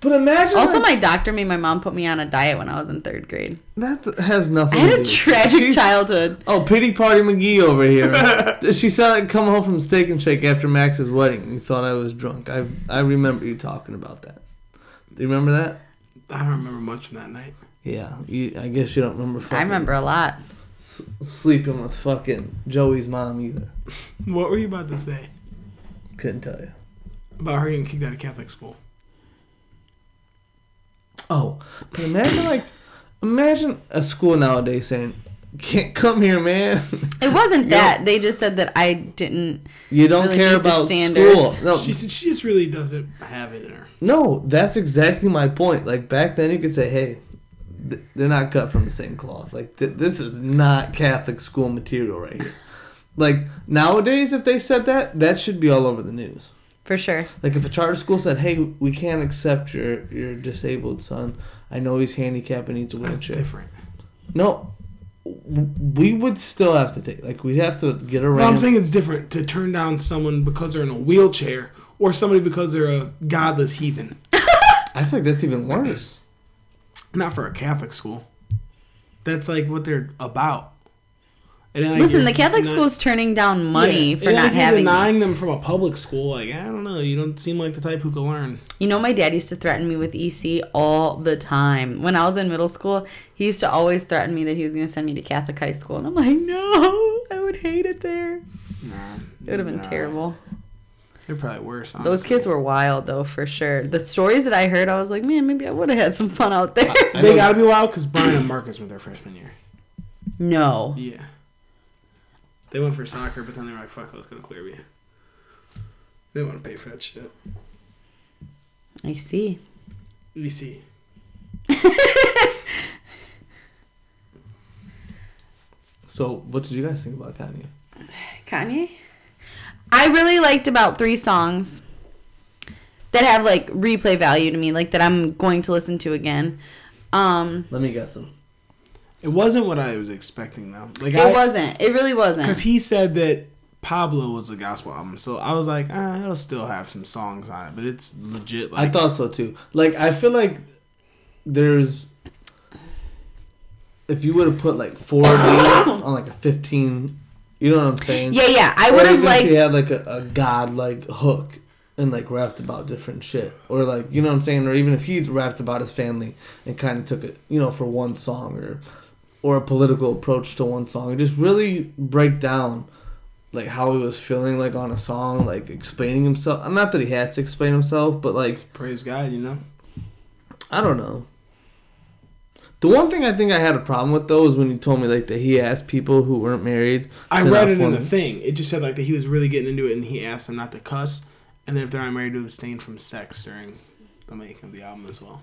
S4: But imagine
S5: Also
S4: like-
S5: my doctor made my mom put me on a diet when I was in 3rd grade.
S4: that has nothing.
S5: I had
S4: to
S5: a
S4: do with-
S5: tragic
S4: She's-
S5: childhood.
S4: Oh, pity party McGee over here. she said I'd come home from Steak and Shake after Max's wedding, and you thought I was drunk. I I remember you talking about that. Do you remember that?
S3: I don't remember much from that night.
S4: Yeah, you, I guess you don't remember. Fucking
S5: I remember a lot.
S4: s- sleeping with fucking Joey's mom either.
S3: What were you about to say
S4: Couldn't tell you.
S3: about her getting kicked out of Catholic school?
S4: Oh, but imagine like, imagine a school nowadays saying, "Can't come here, man.
S5: It wasn't that. They just said that I didn't
S4: You don't
S5: Really
S4: care
S5: keep the
S4: about school."
S5: standards.
S4: No,
S3: She said she just really doesn't have it in her.
S4: No, that's exactly my point. Like back then, you could say, "Hey, th- they're not cut from the same cloth. Like th- this is not Catholic school material right here." Like nowadays, if they said that, that should be all over the news.
S5: for sure.
S4: Like if a charter school said, "Hey, we can't accept your your disabled son. I know he's handicapped and needs a
S3: That's
S4: wheelchair."
S3: different.
S4: No, w- we would still have to take. Like we'd have to get around.
S3: Well, I'm saying it's different to turn down someone because they're in a wheelchair or somebody because they're a godless heathen.
S4: I feel like that's even worse.
S3: Not for a Catholic school. That's like what they're about. And then, like,
S5: Listen,
S3: you're
S5: the Catholic
S3: not-
S5: school's turning down money
S3: Yeah,
S5: for
S3: and, like,
S5: not
S3: you're
S5: having me.
S3: denying them from a public school. Like I don't know, you don't seem like the type who can learn.
S5: You know, my dad used to threaten me with EC all the time. When I was in middle school, he used to always threaten me that he was going to send me to Catholic high school. And I'm like, no, I would hate it there. It
S3: Nah, it
S5: would have been terrible.
S3: They're probably worse. Honestly.
S5: Those kids were wild, though, for sure. The stories that I heard, I was like, man, maybe I would have had some fun out there.
S4: I
S3: They
S4: know-
S3: gotta be wild because Brian and Marcus were their freshman year.
S5: no.
S3: Yeah. They went for soccer, but then they were like, "Fuck, let's go to Clearview." They want to pay for that shit.
S5: I see.
S3: EC.
S4: So, what did you guys think about Kanye?
S5: Kanye. I really liked about three songs that have like replay value to me, like that I'm going to listen to again. Um,
S4: Let me guess him.
S3: It wasn't what I was expecting though. Like
S5: it
S3: I,
S5: wasn't. It really wasn't.
S3: because he said that Pablo was a gospel album, so I was like, ah, it'll still have some songs on it, but it's legit. Like,
S4: I thought so too. Like I feel like there's if you would have put like four of these on like a fifteen, you know what I'm saying?
S5: yeah, yeah. I
S4: Or
S5: would have
S4: even if
S5: liked.
S4: you had like a, a god like hook and like rapped about different shit, or like you know what I'm saying, or even if he rapped about his family and kind of took it, you know, for one song or or a political approach to one song, just really break down like how he was feeling like on a song, like explaining himself. Not that he had to explain himself, but like
S3: praise God, you know.
S4: I don't know. The one thing I think I had a problem with though is when you told me like that he asked people who weren't married.
S3: I
S4: to
S3: read
S4: not
S3: it in
S4: form-
S3: the thing. It just said like that he was really getting into it, and he asked them not to cuss, and then if they're not married, to abstain from sex during the making of the album as well.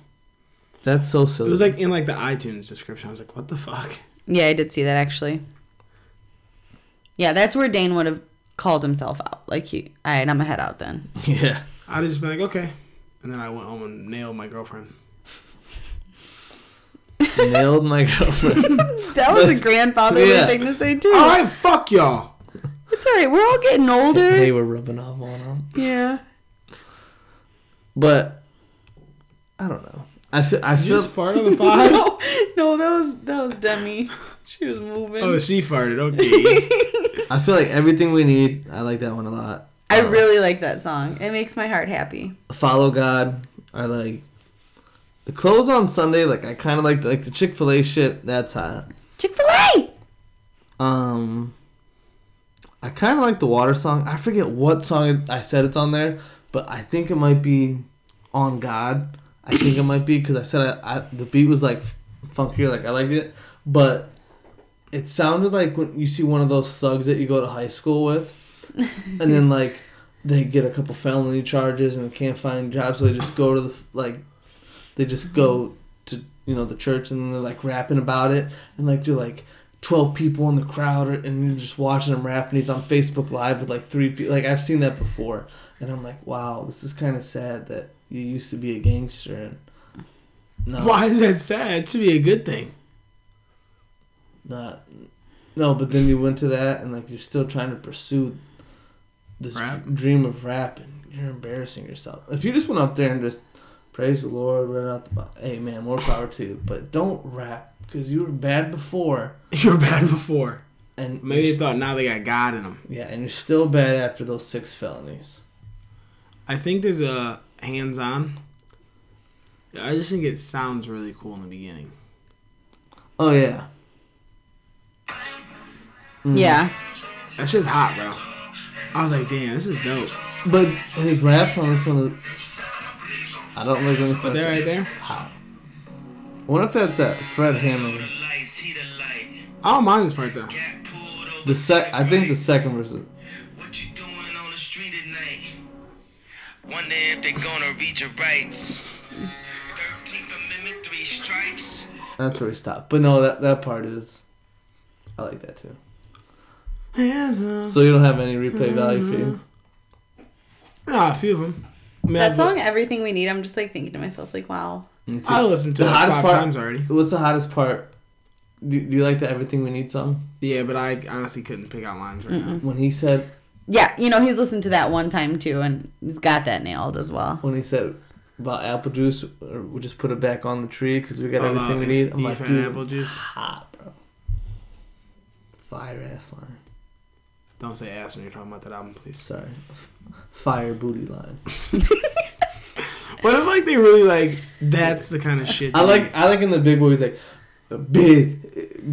S4: That's so
S3: It
S4: silly.
S3: was like in like the iTunes description. I was like, what the fuck?
S5: Yeah, I did see that actually. Yeah, that's where Dane would have called himself out. Like he, all right, I'm gonna head out then.
S4: yeah.
S3: I'd have just been like, okay, and then I went home and nailed my girlfriend.
S4: Nailed my girlfriend.
S5: That was a grandfatherly
S4: Yeah.
S5: thing to say too.
S3: All right, fuck y'all.
S5: It's all right. We're all getting older.
S4: they were rubbing off on him.
S5: yeah.
S4: But I don't know. I feel I
S3: Did you
S4: feel
S3: just fart on the pod?
S5: No, no, that was that was Demi. She was moving.
S3: oh, she farted. Okay.
S4: I feel like everything we need. I like that one a lot.
S5: I
S4: Uh,
S5: really like that song. It makes my heart happy.
S4: follow God. I like the clothes on Sunday. Like I kind of like the, like the Chick Fil A shit. That's hot.
S5: Chick Fil A.
S4: Mm-hmm. Um, I kind of like the water song. I forget what song it- I said it's on there, but I think it might be on God. I think it might be because I said I, I the beat was like f- funkier, like I liked it, but it sounded like when you see one of those thugs that you go to high school with, and then like they get a couple felony charges and they can't find jobs, so they just go to the f- like they just go to you know the church and they're like rapping about it and like they're like 12 people in the crowd or- and you're just watching him rap and he's on facebook live with like three people like i've seen that before and i'm like wow this is kind of sad that you used to be a gangster and no
S3: Why is that sad? It should be a good thing.
S4: not no but then you went to that and like you're still trying to pursue this
S3: Rap?
S4: dr- dream of rap and you're embarrassing yourself if you just went up there and just praise the lord run out the bo- hey man more power to you but don't rap because you were bad before
S3: You were bad before.
S4: and
S3: Maybe
S4: you're
S3: they thought now they got God in them.
S4: Yeah, and you're still bad after those six felonies.
S3: I think there's a hands on. I just think it sounds really cool in the beginning.
S4: Oh yeah,
S5: Yeah.
S3: That shit's hot, bro. I was like, damn, this is dope.
S4: but his raps on this one, I don't like when it
S3: But
S4: starts.
S3: they're right there.
S4: Hot. I wonder if that's at Fred Hammond.
S3: I don't mind this part though.
S4: The sec, I think the second verse. is-
S6: What you doing on the street tonight? Wonder if they gonna read your rights. 13th Amendment, three strikes.
S4: That's where we stop. But no, that that part is. I like that too.
S3: Hands on.
S4: So you don't have any replay value for
S3: Mm-hmm.
S4: you.
S3: Ah, a few of them. I mean,
S5: That
S3: I've-
S5: song, Everything We Need, I'm just like thinking to myself, like, wow.
S3: I listened to
S4: The
S3: it
S4: hottest
S3: five
S4: part.
S3: times already.
S4: What's the hottest part? Do, do you like the Everything We Need song?
S3: Yeah, but I honestly couldn't pick out lines right now.
S4: When he said,
S5: Yeah, you know, he's listened to that one time too, and he's got that nailed as well.
S4: when he said about apple juice, or we just put it back on the tree because we got
S3: Oh,
S4: everything
S3: uh,
S4: we
S3: if
S4: need. I'm
S3: you
S4: like,
S3: had
S4: dude,
S3: apple juice.
S4: hot, bro. Fire ass line.
S3: Don't say ass when you're talking about that album, please.
S4: Sorry. Fire booty line.
S3: What if like they really like? That's the kind of shit.
S4: I
S3: that
S4: like I like in the big boy he's like bitch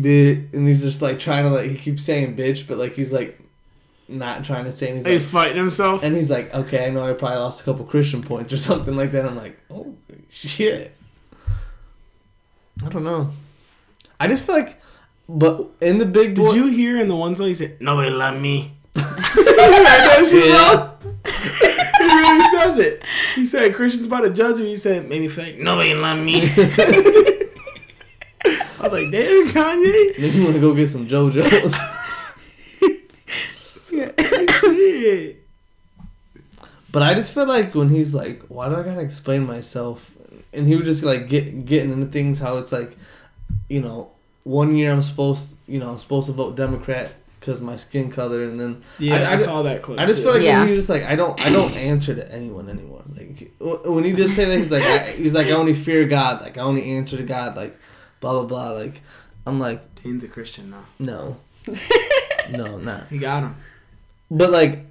S4: bitch and he's just like trying to like he keeps saying bitch but like he's like not trying to say and he's
S3: He's
S4: like
S3: fighting himself.
S4: and he's like okay I know I probably lost a couple Christian points or something like that I'm like oh shit I don't know I just feel like but in the big boy
S3: Did you hear in the one song he said, "Nobody love me"?
S4: Yeah.
S3: he really says it. He said Christian's about to judge me. He said made me feel like nobody love me. I was like, damn, Kanye.
S4: Make me want to go get some JoJo's.
S3: Shit.
S4: but I just feel like when he's like, "Why do I gotta explain myself?" and he would just like get getting into things how it's like, you know, one year I'm supposed, you know, I'm supposed to vote Democrat because my skin color, and then
S3: Yeah, I,
S4: I-
S3: saw that clip.
S4: I just
S3: too.
S4: feel like
S5: Yeah.
S4: when he was like, I don't, I don't answer to anyone anymore. Like wh- when he did say that, he's like, I, he's like, I only fear God. Like I only answer to God. Like blah blah blah. Like I'm like,
S3: Dane's a Christian now.
S4: no, no, not.
S3: He got him.
S4: But like,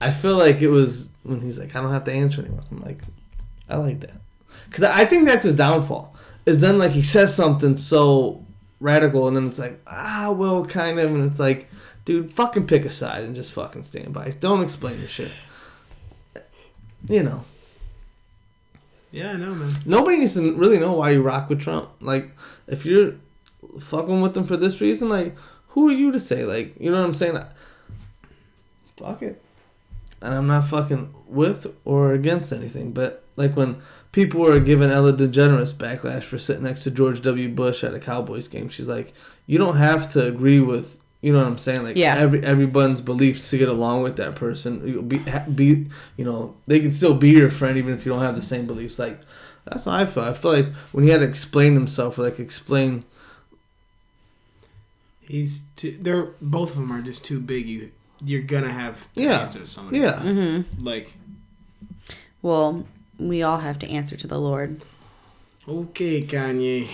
S4: I feel like it was when he's like, I don't have to answer anyone. I'm like, I like that because I I think that's his downfall. Is then like he says something so radical, and then it's like, ah, well, kind of, and it's like, dude, fucking pick a side and just fucking stand by. it. Don't explain the shit. You know,
S3: Yeah, I know, man.
S4: nobody needs to really know why you rock with Trump. Like, if you're fucking with him for this reason, like, who are you to say? Like, you know what I'm saying? Fuck it. And I'm not fucking with or against anything, but like when people were giving Ella DeGeneres backlash for sitting next to George W. Bush at a Cowboys game, she's like, you don't have to agree with. You know what I'm saying? Like
S5: Yeah.
S4: every everyone's beliefs to get along with that person. You'll Be, ha- be you know they can still be your friend even if you don't have the same beliefs. Like that's how I feel. I feel like when he had to explain himself, or like explain,
S3: He's too, they're both of them are just too big. You you're gonna have to
S4: Yeah.
S3: answer to somebody.
S4: yeah,
S3: Like
S5: Well, we all have to answer to the Lord.
S3: okay, Kanye.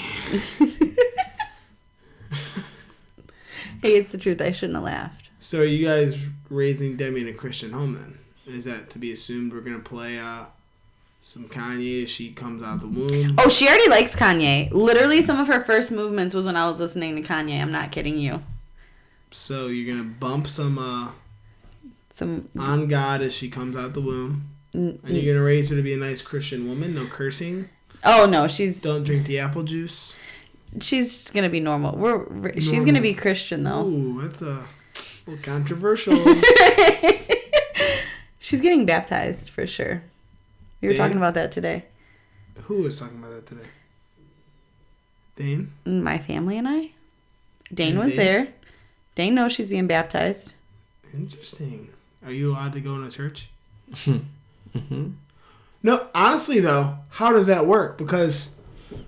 S5: Hey, it's the truth. I shouldn't have laughed.
S3: So are you guys raising Demi in a Christian home then? Is that to be assumed? We're gonna play uh some Kanye. as She comes out the womb.
S5: Oh, she already likes Kanye. Literally, some of her first movements was when I was listening to Kanye. I'm not kidding you.
S3: So you're gonna bump some uh
S5: Some
S3: on God as she comes out the womb.
S5: Mm,
S3: And you're gonna raise her to be a nice Christian woman. No cursing.
S5: oh no, she's
S3: Don't drink the apple juice.
S5: she's just gonna be normal. We're we're- she's gonna be Christian though.
S3: Ooh, that's a little controversial.
S5: She's getting baptized for sure. We were
S3: Yeah.
S5: talking about that today.
S3: Who was talking about that today? Dane.
S5: My family and I. Dane
S3: And
S5: was
S3: Dane?
S5: there. Dane knows she's being baptized.
S3: Interesting. Are you allowed to go in a church?
S4: Mm-hmm.
S3: No, honestly though, how does that work? Because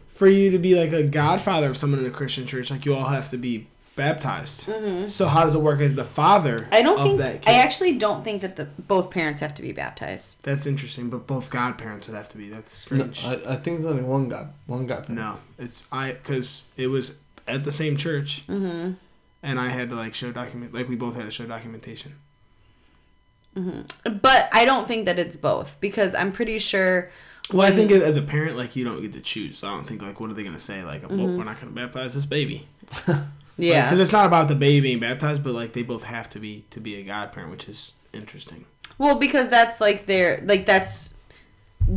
S3: for you to be like a godfather of someone in a Christian church, like you all have to be baptized. So how does it work as the father?
S5: Mm-hmm. I don't
S3: of
S5: think
S3: that kid?
S5: I actually don't think that the both parents have to be baptized.
S3: That's interesting, but both godparents would have to be. That's
S4: No,
S3: strange. No,
S4: I, I think there's only one God, one God.
S3: it's I because it was at the same church,
S5: Mm-hmm.
S3: and I had to like show document like we both had to show documentation.
S5: But I don't think that it's both because I'm pretty sure
S3: Well, I think as a parent, like you don't get to choose. So I don't think like what are they gonna say? Like well, we're not gonna baptize this baby.
S5: yeah.
S3: because it's not about the baby being baptized, but like they both have to be to be a godparent, which is interesting.
S5: Well, because that's like their like that's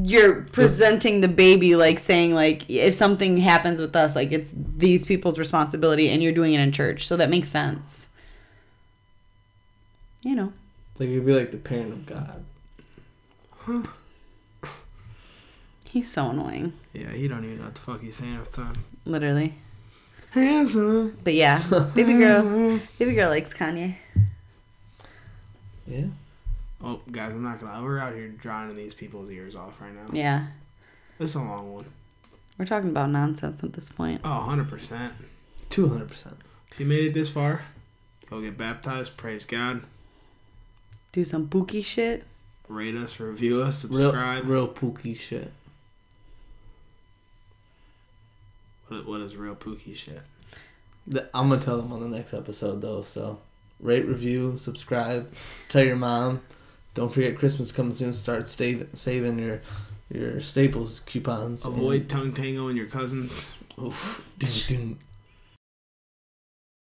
S5: you're presenting the baby like saying like if something happens with us like it's these people's responsibility and you're doing it in church. So that makes sense. You know.
S4: Like you'd be like the parent of God.
S5: He's so annoying,
S3: Yeah, he don't even know what the fuck he's saying half the time.
S5: literally.
S3: Handsome.
S5: But yeah, baby girl, baby girl likes Kanye.
S4: Yeah.
S3: Oh, guys, I'm not gonna. We're out here drowning these people's ears off right now.
S5: Yeah,
S3: It's a long one.
S5: we're talking about nonsense at this point.
S3: Oh, 100 percent.
S4: Two hundred percent.
S3: If you made it this far, go get baptized. Praise God.
S5: Do some bookie shit.
S3: Rate us, review us,
S4: Real,
S3: subscribe.
S4: real pooky shit.
S3: What, what is real pookie shit?
S4: Th- I'm gonna tell them on the next episode though. So, rate, review, subscribe, tell your mom. Don't forget Christmas coming soon. Start save, saving your your Staples coupons. and-
S3: Avoid tongue tango and your cousins.
S4: Oof. Ding, ding.